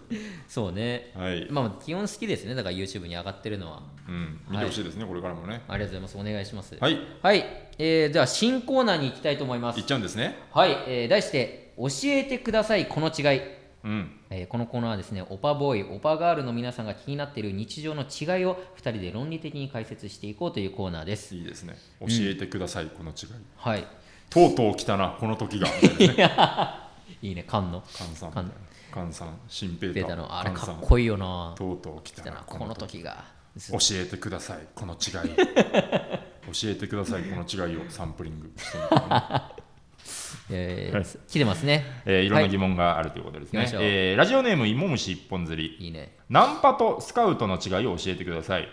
[SPEAKER 1] そうね
[SPEAKER 2] はい。
[SPEAKER 1] まあ基本好きですねだから YouTube に上がってるのは
[SPEAKER 2] うん、見てほしいですね、これからもね。
[SPEAKER 1] ありがとうございますお願いします
[SPEAKER 2] はい、
[SPEAKER 1] はい、えー、では新コーナーに行きたいと思います
[SPEAKER 2] いっちゃうんですね。
[SPEAKER 1] はい、えー題して「教えてくださいこの違い」
[SPEAKER 2] うん。
[SPEAKER 1] えーこのコーナーはですねオパボーイオパガールの皆さんが気になっている日常の違いを2人で論理的に解説していこうというコーナーです
[SPEAKER 2] いいですね。教えてください、この違い。
[SPEAKER 1] はい
[SPEAKER 2] とうとう来たな、この時が。みたいなね
[SPEAKER 1] いいね菅野
[SPEAKER 2] 菅さん
[SPEAKER 1] 菅
[SPEAKER 2] 菅さん、新平
[SPEAKER 1] ベ
[SPEAKER 2] 太
[SPEAKER 1] タのあれ
[SPEAKER 2] 菅さ
[SPEAKER 1] か
[SPEAKER 2] ん
[SPEAKER 1] っこいいよな
[SPEAKER 2] とうとう来たな、
[SPEAKER 1] この時が
[SPEAKER 2] 教えてください、この違い。 教えてください、この違いをサンプリングしてみたいな
[SPEAKER 1] えー
[SPEAKER 2] はい
[SPEAKER 1] 来てますね
[SPEAKER 2] えーいろんな
[SPEAKER 1] は
[SPEAKER 2] 疑問があるということですね。
[SPEAKER 1] 行きましょう
[SPEAKER 2] えーラジオネーム、芋虫一本釣り。
[SPEAKER 1] いいいね
[SPEAKER 2] ナンパとスカウトの違いを教えてくだ さい。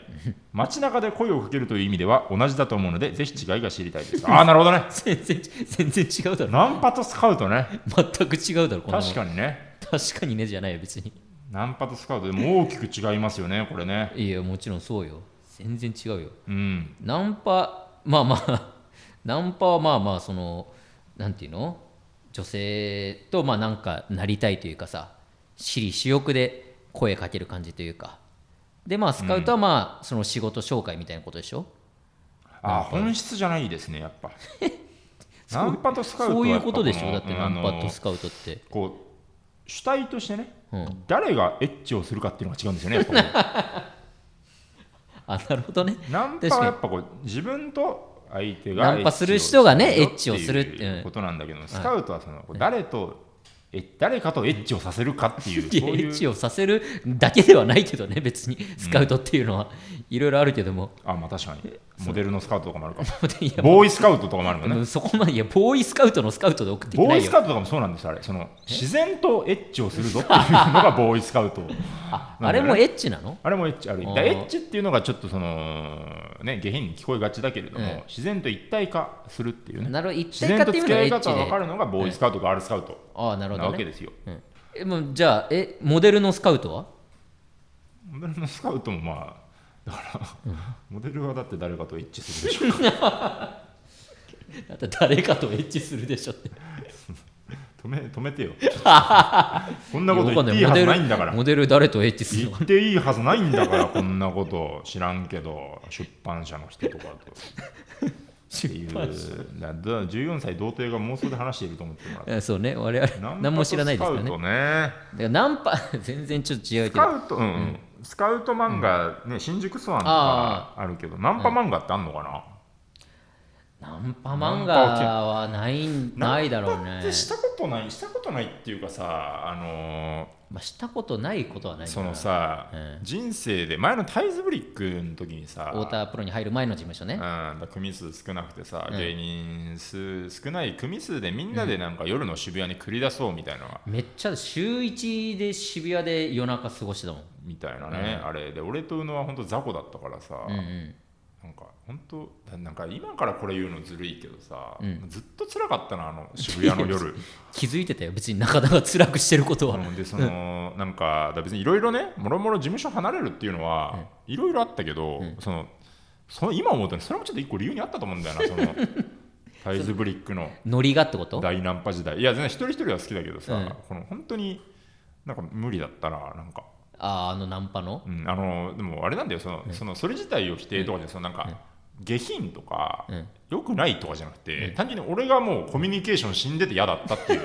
[SPEAKER 2] 街中で声をかけるという意味では同じだと思うので、ぜひ違いが知りたいです。ああ、な るほどね。
[SPEAKER 1] 全然全然違うだろ
[SPEAKER 2] ナンパとスカウトね。
[SPEAKER 1] 全く違うだろこの
[SPEAKER 2] 確かにね。
[SPEAKER 1] 確かにねじゃないよ別に
[SPEAKER 2] ナンパとスカウトでも大きく違いますよね、これね。
[SPEAKER 1] いやもちろんそうよ全然違うよ
[SPEAKER 2] うん。
[SPEAKER 1] ナンパまあまあ ナンパはまあまあそのなんていうの女性とまあなんかなりたいというかさ私利私欲で声かける感じというかでまあスカウトはまあその仕事紹介みたいなことでしょ、
[SPEAKER 2] あー本質じゃないですね、やっ ぱ。ナンパとスカウト
[SPEAKER 1] そ
[SPEAKER 2] は
[SPEAKER 1] うい
[SPEAKER 2] や
[SPEAKER 1] う
[SPEAKER 2] っぱ
[SPEAKER 1] ことでしょ
[SPEAKER 2] の
[SPEAKER 1] だってナンパとス
[SPEAKER 2] うん
[SPEAKER 1] カウトって
[SPEAKER 2] あのこう主体としてね、
[SPEAKER 1] うん
[SPEAKER 2] 誰がエッチをするかっていうのが違うんですよね、やっぱ こ
[SPEAKER 1] あなるほどね
[SPEAKER 2] うナンパはやっぱこう自分と相手
[SPEAKER 1] ナ
[SPEAKER 2] が
[SPEAKER 1] ンパする人がね
[SPEAKER 2] エッチを
[SPEAKER 1] エッチをするって
[SPEAKER 2] いうことなんだけど、スカウトはそのこう誰とえ誰かとエッチをさせるかってい う、
[SPEAKER 1] いや
[SPEAKER 2] そう
[SPEAKER 1] エ
[SPEAKER 2] い
[SPEAKER 1] ッチ
[SPEAKER 2] う
[SPEAKER 1] をさせるだけではないけどね別にスカウトっていうのは、いろいろあるけども
[SPEAKER 2] あまあ確か にモデルのスカウトとかもあるかも
[SPEAKER 1] いや
[SPEAKER 2] ボーイスカウトとかもあるもんね
[SPEAKER 1] そこまでいやボーイスカウトのスカウトで送ってき
[SPEAKER 2] ボ
[SPEAKER 1] な
[SPEAKER 2] ーイ
[SPEAKER 1] い
[SPEAKER 2] ス
[SPEAKER 1] よ
[SPEAKER 2] カウトとかもそうなんですよあれその自然とエッチをするぞっていうの がボーイスカウト
[SPEAKER 1] ああれもエッチなの
[SPEAKER 2] あれもエッチある
[SPEAKER 1] あー
[SPEAKER 2] だからエッチっていうのがちょっとそのね下品に聞こえがちだけれども、
[SPEAKER 1] ええ
[SPEAKER 2] 自然と一体化するっていうね
[SPEAKER 1] なるほど一
[SPEAKER 2] 自
[SPEAKER 1] 体
[SPEAKER 2] 然
[SPEAKER 1] 化っ
[SPEAKER 2] と
[SPEAKER 1] ていうの
[SPEAKER 2] 付
[SPEAKER 1] がエ
[SPEAKER 2] き合い
[SPEAKER 1] ッチ
[SPEAKER 2] 方
[SPEAKER 1] で
[SPEAKER 2] が分かるのがボーイスカウト、ガールスカウト
[SPEAKER 1] ああなるほ
[SPEAKER 2] な
[SPEAKER 1] ど
[SPEAKER 2] わけ
[SPEAKER 1] ね
[SPEAKER 2] ですよ
[SPEAKER 1] うんえもうじゃあえモデルのスカウトは
[SPEAKER 2] モデルのスカウトもまあだから、モデルはだって誰かと一致するでしょう か
[SPEAKER 1] だって誰かとエッチするでしょ って
[SPEAKER 2] 止め止 めてよこんなこと言っていい
[SPEAKER 1] やわか
[SPEAKER 2] はず
[SPEAKER 1] ん
[SPEAKER 2] な
[SPEAKER 1] ないい
[SPEAKER 2] んだから
[SPEAKER 1] モデルモデル誰とエッチする
[SPEAKER 2] 言
[SPEAKER 1] の
[SPEAKER 2] っていいはずないんだからこんなこと知らんけど出版社の人とかとっていうだだ14歳童貞が妄想で話していると思ってもらって
[SPEAKER 1] えそうね我々 何も知らないですからねだか
[SPEAKER 2] スカウトね
[SPEAKER 1] らナンパ 全然ちょっと違うけ
[SPEAKER 2] ス
[SPEAKER 1] ど
[SPEAKER 2] カウト、うんうんスカウト漫画、ね、新宿スワンとかあるけどナンパ漫画ってあんのかな、
[SPEAKER 1] ナンパ漫画はないないだろう
[SPEAKER 2] ナンパっ
[SPEAKER 1] ね
[SPEAKER 2] てしたことないしたことないっていうかさあのー
[SPEAKER 1] まあしたことないことはないか
[SPEAKER 2] そ
[SPEAKER 1] な
[SPEAKER 2] のさ、
[SPEAKER 1] うん
[SPEAKER 2] 人生で前のタイズブリックの時にさ
[SPEAKER 1] 太田プロに入る前の事務所ね
[SPEAKER 2] うん、だ組数少なくてさ、
[SPEAKER 1] うん
[SPEAKER 2] 芸人数少ない組数でみんなでなんか夜の渋谷に繰り出そうみたいな、
[SPEAKER 1] めっちゃ週1で渋谷で夜中過ごしてたもん
[SPEAKER 2] みたいなね、あれで俺と宇野は本当雑魚だったからさ、
[SPEAKER 1] うんうん
[SPEAKER 2] なんか本当だなんか今からこれ言うのずるいけどさ、
[SPEAKER 1] うん
[SPEAKER 2] ずっと辛かったなあの渋谷 の夜
[SPEAKER 1] 気づいてたよ別になかなか辛くしてることは、
[SPEAKER 2] うんでその、なんかだ別にいろいろねもろもろ事務所離れるっていうのはいろいろあったけど、
[SPEAKER 1] うん
[SPEAKER 2] そのその今思うとねそれもちょっと一個理由にあったと思うんだよな そのタイズブリックの。
[SPEAKER 1] ノリがってこと
[SPEAKER 2] 大ナンパ時代いや全然一人一人は好きだけどさ、
[SPEAKER 1] うん
[SPEAKER 2] この本当になんか無理だったななんか、
[SPEAKER 1] あーあのナンパの
[SPEAKER 2] うん、あのでもあれなんだよその,、そのそれ自体を否定とかじゃなくてそのなんか、下品とか、
[SPEAKER 1] うん
[SPEAKER 2] 良くないとかじゃなくて、単純に俺がもうコミュニケーション死んでて嫌だっ たっていう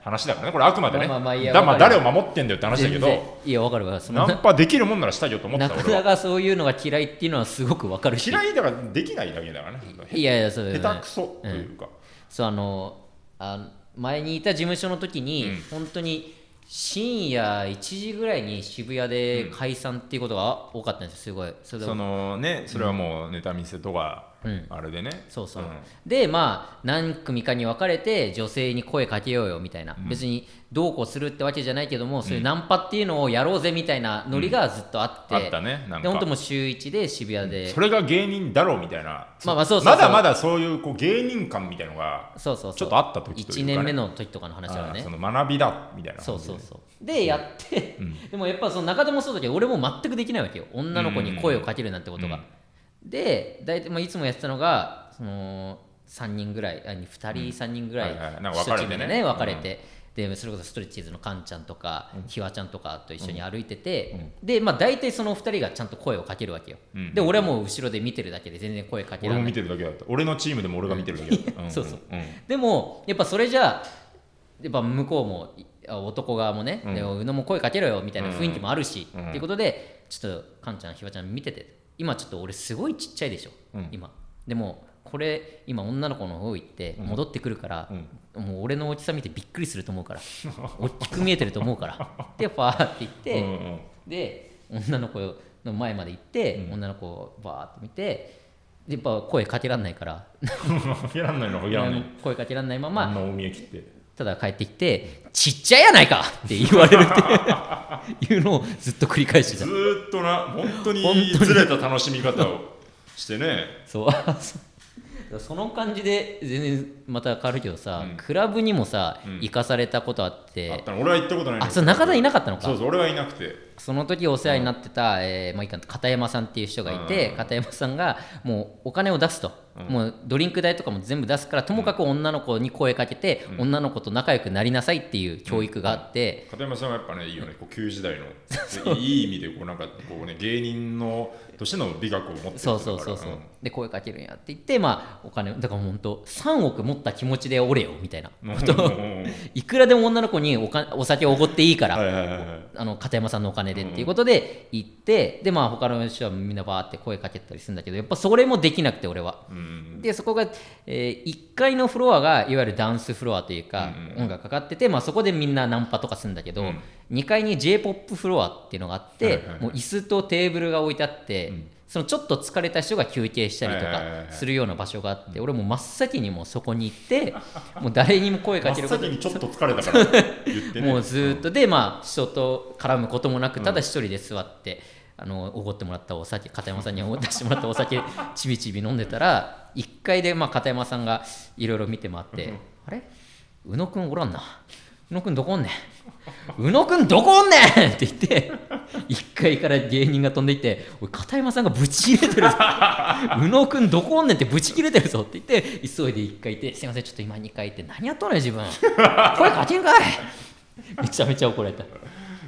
[SPEAKER 2] 話だからねこれあくまでね、
[SPEAKER 1] まあまあまあいや
[SPEAKER 2] だ
[SPEAKER 1] わか
[SPEAKER 2] まあ
[SPEAKER 1] るよ
[SPEAKER 2] 誰を守ってんだよって話だけ
[SPEAKER 1] 全然
[SPEAKER 2] ど
[SPEAKER 1] いやわかるわその
[SPEAKER 2] ナンパできるもんならしたいよと思ってた
[SPEAKER 1] 中
[SPEAKER 2] 俺
[SPEAKER 1] 田
[SPEAKER 2] は
[SPEAKER 1] がそういうのが嫌いっていうのはすごくわかるし
[SPEAKER 2] 嫌いだからできないだけだからね
[SPEAKER 1] いやいやそうだよね
[SPEAKER 2] 下手くそというか、
[SPEAKER 1] そうあのあ前にいた事務所の時に、
[SPEAKER 2] うん
[SPEAKER 1] 本当に深夜1時ぐらいに渋谷で解散っていうことが多かったんですよすごいそれで
[SPEAKER 2] そのねそれはもうネタ見せとか、
[SPEAKER 1] うん
[SPEAKER 2] あれでね
[SPEAKER 1] そうそう、
[SPEAKER 2] ん
[SPEAKER 1] でまあ何組かに分かれて女性に声かけようよみたいな、別にどうこうするってわけじゃないけども、そういうナンパっていうのをやろうぜみたいなノリがずっとあって、
[SPEAKER 2] あったねなん
[SPEAKER 1] で
[SPEAKER 2] か
[SPEAKER 1] 本当もう週1で渋谷で、
[SPEAKER 2] それが芸人だろうみたいな、
[SPEAKER 1] まあまあそうそうそう
[SPEAKER 2] だまだそういうこう芸人感みたいのが
[SPEAKER 1] そうそうそう
[SPEAKER 2] ちょっとあった時というかね
[SPEAKER 1] 1年目の時とかの話だから
[SPEAKER 2] あー
[SPEAKER 1] ね
[SPEAKER 2] その学びだみたいな
[SPEAKER 1] そう
[SPEAKER 2] 感じで
[SPEAKER 1] そうそうでやって、 でもやっぱその中でもそうだけど俺も全くできないわけよ女の子に声をかけるなんてことが、で大体、まあ、いつもやってたのがその3人ぐらいあ2人3人ぐらい,、
[SPEAKER 2] はいはいなんか分かれ
[SPEAKER 1] 一チ
[SPEAKER 2] てね
[SPEAKER 1] ームでね分かれて、でそれこそストレッチーズのカンちゃんとか、ひわちゃんとかと一緒に歩いてて、で、まあ、大体その2人がちゃんと声をかけるわけよ、
[SPEAKER 2] うん
[SPEAKER 1] で俺はもう後ろで見てるだけで全然声かけられ
[SPEAKER 2] 俺も
[SPEAKER 1] ない
[SPEAKER 2] 見てるだけだった俺のチームでも俺が見てるだけだった、ん ん
[SPEAKER 1] そうそうんでもやっぱそれじゃやっぱ向こうもいあ男側もね、
[SPEAKER 2] うん
[SPEAKER 1] で宇野も声かけろよみたいな雰囲気もあるし、
[SPEAKER 2] うん
[SPEAKER 1] っていうことでちょっとカンちゃんひわちゃん見てて今ちょっと俺すごいちっちゃいでしょ、
[SPEAKER 2] うん
[SPEAKER 1] 今でもこれ今女の子の方行って戻ってくるから、もう俺の大きさ見てびっくりすると思う から大きく見えてると思うからでファーって言って、
[SPEAKER 2] うんうん
[SPEAKER 1] で女の子の前まで行って、女の子をバーって見てでやっぱ声かけらんないから
[SPEAKER 2] かけらんない のかけらんない、
[SPEAKER 1] 声かけらんないま
[SPEAKER 2] あん
[SPEAKER 1] ま
[SPEAKER 2] な大見え切って
[SPEAKER 1] ただ帰ってきて「ちっちゃいやないか!」って言われるっていうのをずっと繰り返して
[SPEAKER 2] ず
[SPEAKER 1] た
[SPEAKER 2] ーっとな本当に
[SPEAKER 1] 本当に
[SPEAKER 2] ずれた楽しみ方をし てね
[SPEAKER 1] そうあ そうその感じで全然また変わるけどさ、クラブにもさ、行かされたことあっ
[SPEAKER 2] あってたの俺は行ったことない
[SPEAKER 1] あそう中田い
[SPEAKER 2] な
[SPEAKER 1] なかったのか
[SPEAKER 2] そうそう俺はいなくて
[SPEAKER 1] その時お世話になってた、えーまあ、いいか片山さんっていう人がいて、
[SPEAKER 2] うん
[SPEAKER 1] 片山さんがもうお金を出すと、もうドリンク代とかも全部出すからともかく女の子に声かけて、女の子と仲良くなりなさいっていう教育があって、
[SPEAKER 2] 片山さんはやっぱねいいよねこう旧時代のいい意味でこうなんかこうね芸人のとしての美学を持ってる人だ
[SPEAKER 1] そうそうそう
[SPEAKER 2] か
[SPEAKER 1] そう、
[SPEAKER 2] ら
[SPEAKER 1] で声かけるんやって言ってまあお金だからもうほんと3億持った気持ちでおれよみたいな
[SPEAKER 2] うんうんうんうん
[SPEAKER 1] いくらでも女の子におかお酒をおごっていいから、
[SPEAKER 2] はいはいはいはい
[SPEAKER 1] あの片山さんのお金金でっていうことで行って、でまあ他の人はみんなバーって声かけたりするんだけどやっぱそれもできなくて俺は。
[SPEAKER 2] うん
[SPEAKER 1] でそこが、え1階のフロアがいわゆるダンスフロアというか、音楽かかってて、まあ、そこでみんなナンパとかするんだけど、
[SPEAKER 2] うん
[SPEAKER 1] 2階に j p o p フロアっていうのがあって、
[SPEAKER 2] はいはいはい
[SPEAKER 1] もう椅子とテーブルが置いてあって、そのちょっと疲れた人が休憩したりと
[SPEAKER 2] はいはいはいはい
[SPEAKER 1] かするような場所があって、俺もう真っ先にもうそこに行 ってもう誰にも声
[SPEAKER 2] 真
[SPEAKER 1] かけ
[SPEAKER 2] っ
[SPEAKER 1] るこ
[SPEAKER 2] 先
[SPEAKER 1] と
[SPEAKER 2] にちょっと疲れたから言ってね
[SPEAKER 1] もうずーっとで、まあ、人と絡むこともなくただ一人で座って、あのおごってもらったお酒片山さんにおごってしてもらったお 酒ちびちび飲んでたら1階で、まあ、片山さんがいろいろ見て回って「あれ宇野くんおらんな宇野くんどこおんねん宇野くんどこおんねん!」って言って1階から芸人が飛んでいって「おい片山さんがぶち切れて るぞ」宇野くんどこおんねんってブチ切れてるぞって言って急いで1回行ってすいませんちょっと今2回行って何やっとんねん自 分声かけんかい めちゃめちゃ怒られた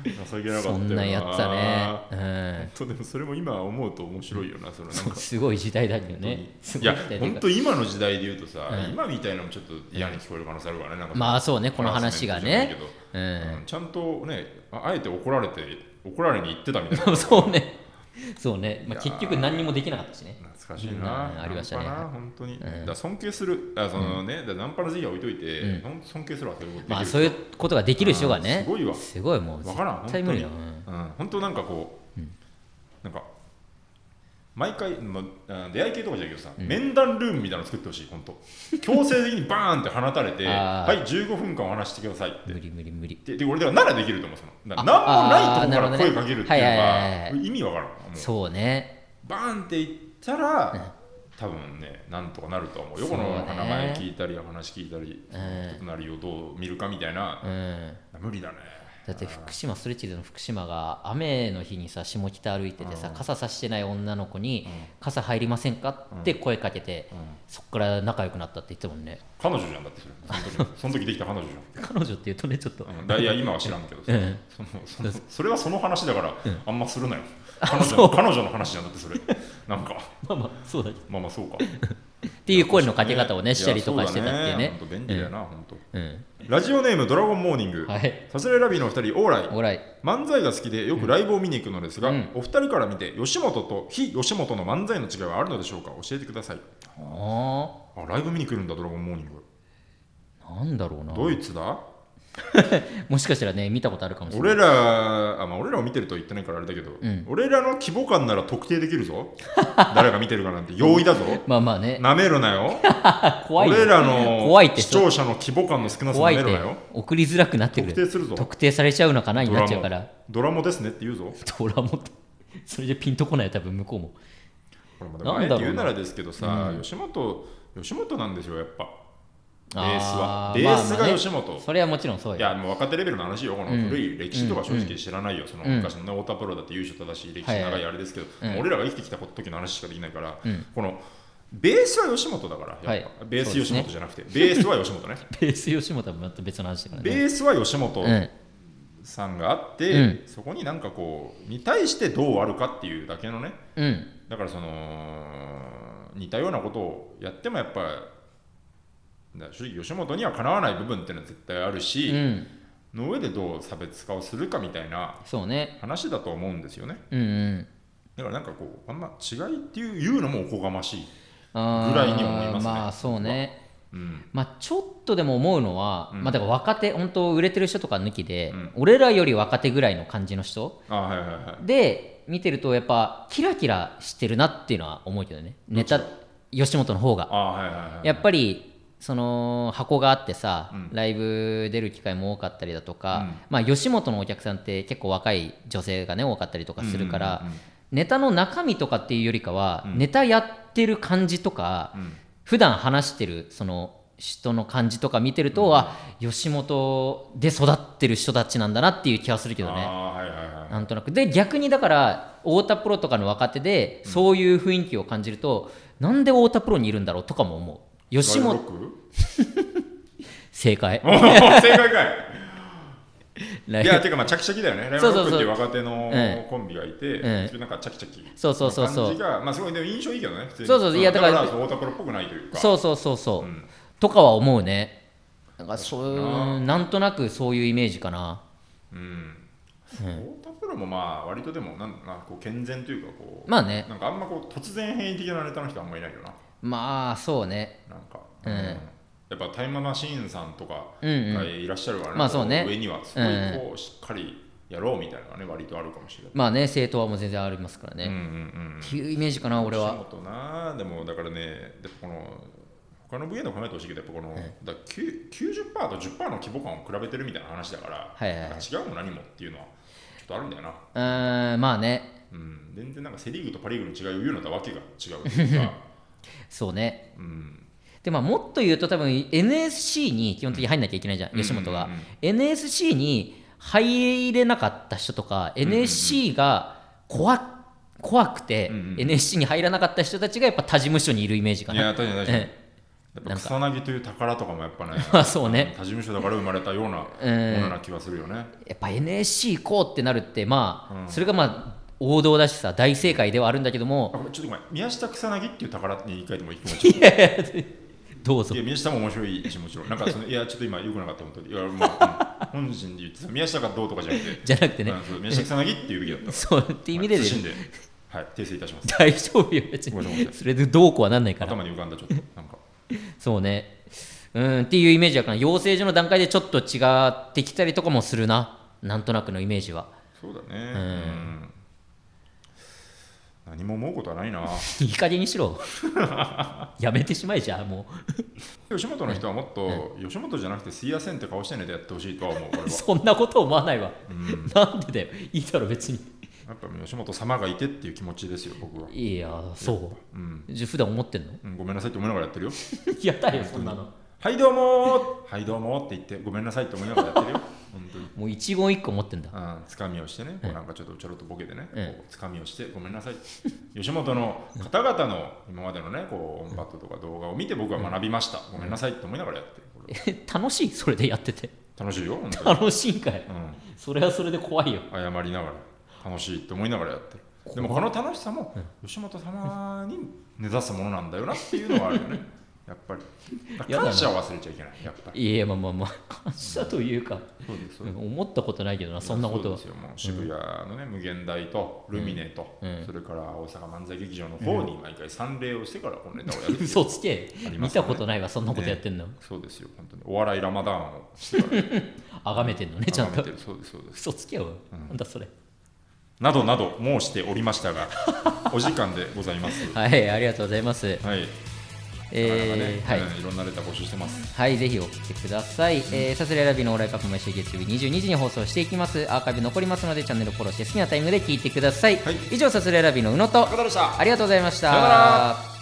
[SPEAKER 2] 情けなかったよ
[SPEAKER 1] そんなんやってたね、
[SPEAKER 2] 本当でもそれも今思うと面白いよなそのなん
[SPEAKER 1] うん、
[SPEAKER 2] か
[SPEAKER 1] すごい時代だけどねす
[SPEAKER 2] い
[SPEAKER 1] ご
[SPEAKER 2] や
[SPEAKER 1] 時代という
[SPEAKER 2] 本
[SPEAKER 1] か
[SPEAKER 2] 当今の時代で言うとさ、
[SPEAKER 1] うん
[SPEAKER 2] 今みたいなのもちょっと嫌に聞こえる可能性あるからねなんか
[SPEAKER 1] まあそうねこの話がね
[SPEAKER 2] ハラスメントじ
[SPEAKER 1] う
[SPEAKER 2] ゃないけど
[SPEAKER 1] ん
[SPEAKER 2] うんちゃんとねああえて怒られて怒られに行ってたみたい な
[SPEAKER 1] そうねそうね、まあ、
[SPEAKER 2] いやー
[SPEAKER 1] 結局何にもできなかったしね
[SPEAKER 2] 懐かしい
[SPEAKER 1] うん
[SPEAKER 2] な
[SPEAKER 1] ありましたね
[SPEAKER 2] ナンパな本当に、
[SPEAKER 1] ん
[SPEAKER 2] だから尊敬するあそのね、だからナンパの時期は置いといて、
[SPEAKER 1] うん
[SPEAKER 2] ほんと尊敬するわそういうことできる
[SPEAKER 1] まあそういうことができる人が
[SPEAKER 2] う
[SPEAKER 1] ね
[SPEAKER 2] んすごいわ
[SPEAKER 1] すごいもう
[SPEAKER 2] わからん本
[SPEAKER 1] 絶
[SPEAKER 2] 当
[SPEAKER 1] 対
[SPEAKER 2] に
[SPEAKER 1] 無理だ、う
[SPEAKER 2] うん本当なんかこう、なんか毎回、まあ、出会い系とかじゃないけどさ、面談ルームみたいなの作ってほしい本当強制的にバーンって放たれ て
[SPEAKER 1] あー
[SPEAKER 2] はい15分間お話ししてくださいって
[SPEAKER 1] ん無理無理無理
[SPEAKER 2] でで俺だからならできると思うそのな
[SPEAKER 1] あ
[SPEAKER 2] なんもないとこ
[SPEAKER 1] あーな
[SPEAKER 2] から
[SPEAKER 1] るほどね
[SPEAKER 2] 声かけるって
[SPEAKER 1] はいいはいはいうはい
[SPEAKER 2] のが意味わからんもう
[SPEAKER 1] そうね
[SPEAKER 2] バーンっていったら多分ねなんとかなると思うよこの
[SPEAKER 1] そうね
[SPEAKER 2] 名前聞いたり話聞いたり
[SPEAKER 1] うん
[SPEAKER 2] 隣をどう見るかみたいな
[SPEAKER 1] うん
[SPEAKER 2] 無理だね
[SPEAKER 1] だって福島ストレッチーズの福島が雨の日にさ下北歩いててさ傘さしてない女の子に傘入りませんかって声かけてそっから仲良くなったって言ってたもんね
[SPEAKER 2] 彼女じゃんだってそれその時 その時できた彼女じゃん
[SPEAKER 1] 彼女って言うとねちょっと
[SPEAKER 2] うんだいや今は知らんけどさ、
[SPEAKER 1] うん
[SPEAKER 2] そのそのそれはその話だから、あんまするなよ彼
[SPEAKER 1] そ
[SPEAKER 2] 女
[SPEAKER 1] う
[SPEAKER 2] 彼女の話じゃなくてそれなんか
[SPEAKER 1] まあまあそうだけど
[SPEAKER 2] まあまあそうかっ
[SPEAKER 1] っていう声のかけ方をねしたりとかしてたっていうね
[SPEAKER 2] 便利だよな、本当
[SPEAKER 1] うん
[SPEAKER 2] ラジオネームドラゴンモーニング、
[SPEAKER 1] はい
[SPEAKER 2] サスレラビーのお二人オーライ
[SPEAKER 1] おらい
[SPEAKER 2] 漫才が好きでよくライブを見に行くのですが、
[SPEAKER 1] うん
[SPEAKER 2] お二人から見て吉本と非吉本の漫才の違いはあるのでしょうか教えてください
[SPEAKER 1] あ
[SPEAKER 2] あライブ見に来るんだドラゴンモーニング
[SPEAKER 1] あなんだろうな
[SPEAKER 2] ドイツだ
[SPEAKER 1] もしかしたらね見たことあるかもしれない
[SPEAKER 2] 俺らあ、まあ、俺らを見てるとは言ってないからあれだけど、
[SPEAKER 1] ん
[SPEAKER 2] 俺らの規模感なら特定できるぞ 誰が見てるかなんて容易だぞ
[SPEAKER 1] まあまあね
[SPEAKER 2] なめるなよ
[SPEAKER 1] 怖いよ
[SPEAKER 2] 俺らの
[SPEAKER 1] 怖いって
[SPEAKER 2] 視聴者の規模感の少なさな
[SPEAKER 1] 怖い
[SPEAKER 2] め
[SPEAKER 1] っ
[SPEAKER 2] る
[SPEAKER 1] て
[SPEAKER 2] なよ
[SPEAKER 1] 送りづらくなってくる
[SPEAKER 2] 特定するぞ
[SPEAKER 1] 特定されちゃうのかなに
[SPEAKER 2] ド
[SPEAKER 1] な
[SPEAKER 2] ラ
[SPEAKER 1] っちゃうか
[SPEAKER 2] マ
[SPEAKER 1] ら
[SPEAKER 2] ドラマですねって言うぞ
[SPEAKER 1] ドラモってそれじゃピンとこないよ多分向こうも
[SPEAKER 2] これま
[SPEAKER 1] な
[SPEAKER 2] だ
[SPEAKER 1] ん
[SPEAKER 2] あえ
[SPEAKER 1] だ
[SPEAKER 2] て
[SPEAKER 1] ろうな
[SPEAKER 2] 言うならですけどさ、吉本吉本なんですよやっぱベースは
[SPEAKER 1] あ
[SPEAKER 2] ベース
[SPEAKER 1] ま
[SPEAKER 2] が
[SPEAKER 1] あまあね
[SPEAKER 2] 吉本、
[SPEAKER 1] それはもちろんそうよ
[SPEAKER 2] いやもう若手レベルの話よ、この古い歴史とか正直知らないよ、その
[SPEAKER 1] うん
[SPEAKER 2] 昔のね太田プロだって優勝正しい歴史長いあれですけど、
[SPEAKER 1] はいはい
[SPEAKER 2] もう俺らが生きてきた時の話しかできないから、
[SPEAKER 1] うん
[SPEAKER 2] このベースは吉本だから、やっぱ
[SPEAKER 1] はい
[SPEAKER 2] ベー
[SPEAKER 1] そ
[SPEAKER 2] ス
[SPEAKER 1] うで
[SPEAKER 2] 吉
[SPEAKER 1] すね
[SPEAKER 2] 本じゃなくて、ベースは 吉本ね、
[SPEAKER 1] ベース吉本はまた別の話だから
[SPEAKER 2] ベ
[SPEAKER 1] ね
[SPEAKER 2] ースは吉
[SPEAKER 1] う
[SPEAKER 2] 本
[SPEAKER 1] ん
[SPEAKER 2] さんがあって、
[SPEAKER 1] うん
[SPEAKER 2] そこになんかこう、に対してどうあるかっていうだけのね、
[SPEAKER 1] うん
[SPEAKER 2] だからその似たようなことをやってもやっぱだ正直吉本にはかなわない部分っていうのは絶対ある
[SPEAKER 1] う
[SPEAKER 2] し、
[SPEAKER 1] ん
[SPEAKER 2] の上でどう差別化をするかみたいな
[SPEAKER 1] そうね
[SPEAKER 2] 話だと思うんですよね
[SPEAKER 1] うんうん
[SPEAKER 2] だからなんかこうあんま違いっていう言うのもおこがましい、
[SPEAKER 1] あー
[SPEAKER 2] ぐらいに思いますね
[SPEAKER 1] あそうね
[SPEAKER 2] うん、
[SPEAKER 1] まあちょっとでも思うのは、
[SPEAKER 2] うん
[SPEAKER 1] まあだから若手本当売れてる人とか抜きで、
[SPEAKER 2] うん
[SPEAKER 1] 俺らより若手ぐらいの感じの人
[SPEAKER 2] あはいはいはい
[SPEAKER 1] で見てるとやっぱキラキラしてるなっていうのは思うけどねネタ吉本の方が
[SPEAKER 2] あはいはいはい
[SPEAKER 1] やっぱりその箱があってさ、
[SPEAKER 2] うん
[SPEAKER 1] ライブ出る機会も多かったりだとか、
[SPEAKER 2] うん
[SPEAKER 1] まあ、吉本のお客さんって結構若い女性がね多かったりとかするから、
[SPEAKER 2] うんうんうん
[SPEAKER 1] ネタの中身とかっていうよりかは、
[SPEAKER 2] うん
[SPEAKER 1] ネタやってる感じとか、
[SPEAKER 2] うん
[SPEAKER 1] 普段話してるその人の感じとか見てると、あ吉本で育ってる人たちなんだなっていう気はするけどね。
[SPEAKER 2] あはいはいはい
[SPEAKER 1] なんとなくで逆にだから太田プロとかの若手でそういう雰囲気を感じると、なんで太田プロにいるんだろうとかも思う吉
[SPEAKER 2] ガイ
[SPEAKER 1] 本
[SPEAKER 2] ドロック
[SPEAKER 1] 正解
[SPEAKER 2] おー 正解かい
[SPEAKER 1] 来
[SPEAKER 2] いやてかまあチャキチャキだよねライブ
[SPEAKER 1] そう
[SPEAKER 2] ロ
[SPEAKER 1] そ
[SPEAKER 2] ッ
[SPEAKER 1] う
[SPEAKER 2] ク
[SPEAKER 1] そう
[SPEAKER 2] っていう若手の
[SPEAKER 1] う
[SPEAKER 2] コンビがいて、
[SPEAKER 1] うん
[SPEAKER 2] それなんかチャキチャキ
[SPEAKER 1] そうそうそうそう
[SPEAKER 2] 感じがまあすごいでも印象いいけどね普通に
[SPEAKER 1] そうそうそういやだから
[SPEAKER 2] だから太田プロっぽくないというか
[SPEAKER 1] そうそうそうそう、
[SPEAKER 2] ん
[SPEAKER 1] とかは思うねなんかそう
[SPEAKER 2] 確かにな
[SPEAKER 1] なんとなくそういうイメージかな
[SPEAKER 2] うん太田プロもまあ割とでもなんなんかこう健全というかこう、
[SPEAKER 1] まあね
[SPEAKER 2] なんかあんまこう突然変異的なネタの人あんまいないよな
[SPEAKER 1] まあそうね
[SPEAKER 2] なんか、
[SPEAKER 1] うん
[SPEAKER 2] やっぱタイムマシーンさんとか
[SPEAKER 1] うんうん
[SPEAKER 2] がいらっしゃるから、
[SPEAKER 1] まあそうね
[SPEAKER 2] 上にはすごいこうしっかりやろうみたいなのがね割とあるかもしれない、
[SPEAKER 1] まあね正当派も全然ありますからね、
[SPEAKER 2] うん
[SPEAKER 1] っ
[SPEAKER 2] うんうん
[SPEAKER 1] ていうイメージかな俺は
[SPEAKER 2] 吉本なでもだからねでこの他の分野でも考えてほしいけどやっぱこの、だきゅ90%と10%の規模感を比べてるみたいな話だから、
[SPEAKER 1] はいはいはい
[SPEAKER 2] なんか違うも何もっていうのはちょっとあるんだよな、
[SPEAKER 1] うーんまあね
[SPEAKER 2] うん、全然なんかセ・リーグとパ・リーグの違いを言うのとはわけが違うと いうか、
[SPEAKER 1] そうね
[SPEAKER 2] うん、
[SPEAKER 1] でまあもっと言うと多分 NSC に基本的に入んなきゃいけないじゃん、
[SPEAKER 2] うん
[SPEAKER 1] 吉本が、
[SPEAKER 2] うんうん
[SPEAKER 1] NSC に入れなかった人とか、NSC が怖怖くて、
[SPEAKER 2] うんうん
[SPEAKER 1] NSC に入らなかった人たちがやっぱ他事務所にいるイメージか
[SPEAKER 2] い
[SPEAKER 1] な
[SPEAKER 2] や確かに確かにや
[SPEAKER 1] え
[SPEAKER 2] っぱ草薙という宝とかもやっぱね
[SPEAKER 1] まあ そうね
[SPEAKER 2] 他事務所だから生まれたようなも
[SPEAKER 1] うん
[SPEAKER 2] のな気はするよね、
[SPEAKER 1] やっぱ NSC 行こうってなるってまあ、それがまあ王道だしさ大正解ではあるんだけども
[SPEAKER 2] あちょっとごめん宮下草薙っていう宝って言い換えてもいい気持ちい
[SPEAKER 1] どうぞ
[SPEAKER 2] や宮下も面白いしもちろんなんか そのいやちょっと今よくなかった本当にいやもう、うん本心で言ってた宮下がどうとかじゃなくて
[SPEAKER 1] じゃなくてね
[SPEAKER 2] うんそう宮下草薙っていうべきだった
[SPEAKER 1] そう って意味で、
[SPEAKER 2] はい
[SPEAKER 1] ね、
[SPEAKER 2] 謹んではい訂正いたします
[SPEAKER 1] 大丈夫よ別
[SPEAKER 2] ごめんなさ
[SPEAKER 1] に
[SPEAKER 2] い
[SPEAKER 1] それでどうこうはなんないから
[SPEAKER 2] 頭に浮かんだちょっとなんか
[SPEAKER 1] そうね。うんっていうイメージだから、養成所の段階でちょっと違ってきたりとかもするな、なんとなくのイメージは。
[SPEAKER 2] そうだねうん何も思うことはない な
[SPEAKER 1] いい加減にし ろ。やめてしまえじゃあ、も
[SPEAKER 2] 吉本の人はもっと吉本じゃなくてすいやせんって顔してねでやってほしいとは 思う俺は
[SPEAKER 1] う。そんなこと思わないわ。なんでだよ。いいだろ、別に。
[SPEAKER 2] やっぱ吉本様がいてっていう気持ちですよ僕はい
[SPEAKER 1] や、そ
[SPEAKER 2] うん、
[SPEAKER 1] う。じゃ普段思ってんの
[SPEAKER 2] うんごめんなさいって思いながらやって るよ
[SPEAKER 1] やだよ、そんなの。
[SPEAKER 2] はいどうもーはいどうもーって言ってごめんなさいって思いながらやってるよ 本当に
[SPEAKER 1] もう一言一個持ってんだ。
[SPEAKER 2] うんつかみをしてね、こうなんかちょっとちょろっとボケてね、
[SPEAKER 1] うん
[SPEAKER 2] こうつかみをして、ごめんなさい、吉本の方々の今までのね、こうオンパッドとか動画を見て、僕は学びました、ごめんなさいって思いながらやってる、これ
[SPEAKER 1] え楽しいそれでやってて。
[SPEAKER 2] 楽しいよ、本当に、
[SPEAKER 1] 楽しいんかい。それはそれで怖いよ。
[SPEAKER 2] うん、謝りながら、楽しいって思いながらやってる、でもこの楽しさも、吉本様に根ざすものなんだよなっていうのはあるよね、やっぱり、だから感謝を忘れちゃいけない、やっぱり。
[SPEAKER 1] いや、まあまあまあ、感謝というか、
[SPEAKER 2] そうですそう
[SPEAKER 1] う
[SPEAKER 2] です
[SPEAKER 1] ん思ったことないけどな、そんなこと
[SPEAKER 2] そう
[SPEAKER 1] は
[SPEAKER 2] です。よもう渋谷のね、無限大とルミネと、
[SPEAKER 1] うん
[SPEAKER 2] それから大阪漫才劇場の方に毎回参礼をしてからこのネタをやるっ ていう
[SPEAKER 1] 嘘つけ、
[SPEAKER 2] ありま
[SPEAKER 1] 見
[SPEAKER 2] すよ
[SPEAKER 1] た
[SPEAKER 2] ね
[SPEAKER 1] ことないわそんなことやってんの、
[SPEAKER 2] そうですよ本当にお笑いラマダーンをしてから
[SPEAKER 1] あがめてんのねちゃん
[SPEAKER 2] 眺め
[SPEAKER 1] と
[SPEAKER 2] てるそうですそうです
[SPEAKER 1] 嘘つけよ、なんだそれ
[SPEAKER 2] などなど申しておりまし たがお時間でございます
[SPEAKER 1] はいありがとうございます、
[SPEAKER 2] はい、
[SPEAKER 1] えー
[SPEAKER 2] なかなかね
[SPEAKER 1] はい
[SPEAKER 2] うんいろんなネタ募集してます
[SPEAKER 1] はい、ぜひ送ってください。えーサスレラビのオーライカップ毎週月曜日22時に放送していきます。アーカイブ残りますので、チャンネルフォローして好きなタイムで聞いてください。
[SPEAKER 2] はい
[SPEAKER 1] 以上、サスレラビの宇野と、
[SPEAKER 2] 中田でした
[SPEAKER 1] ありがとうございました。
[SPEAKER 2] さよなら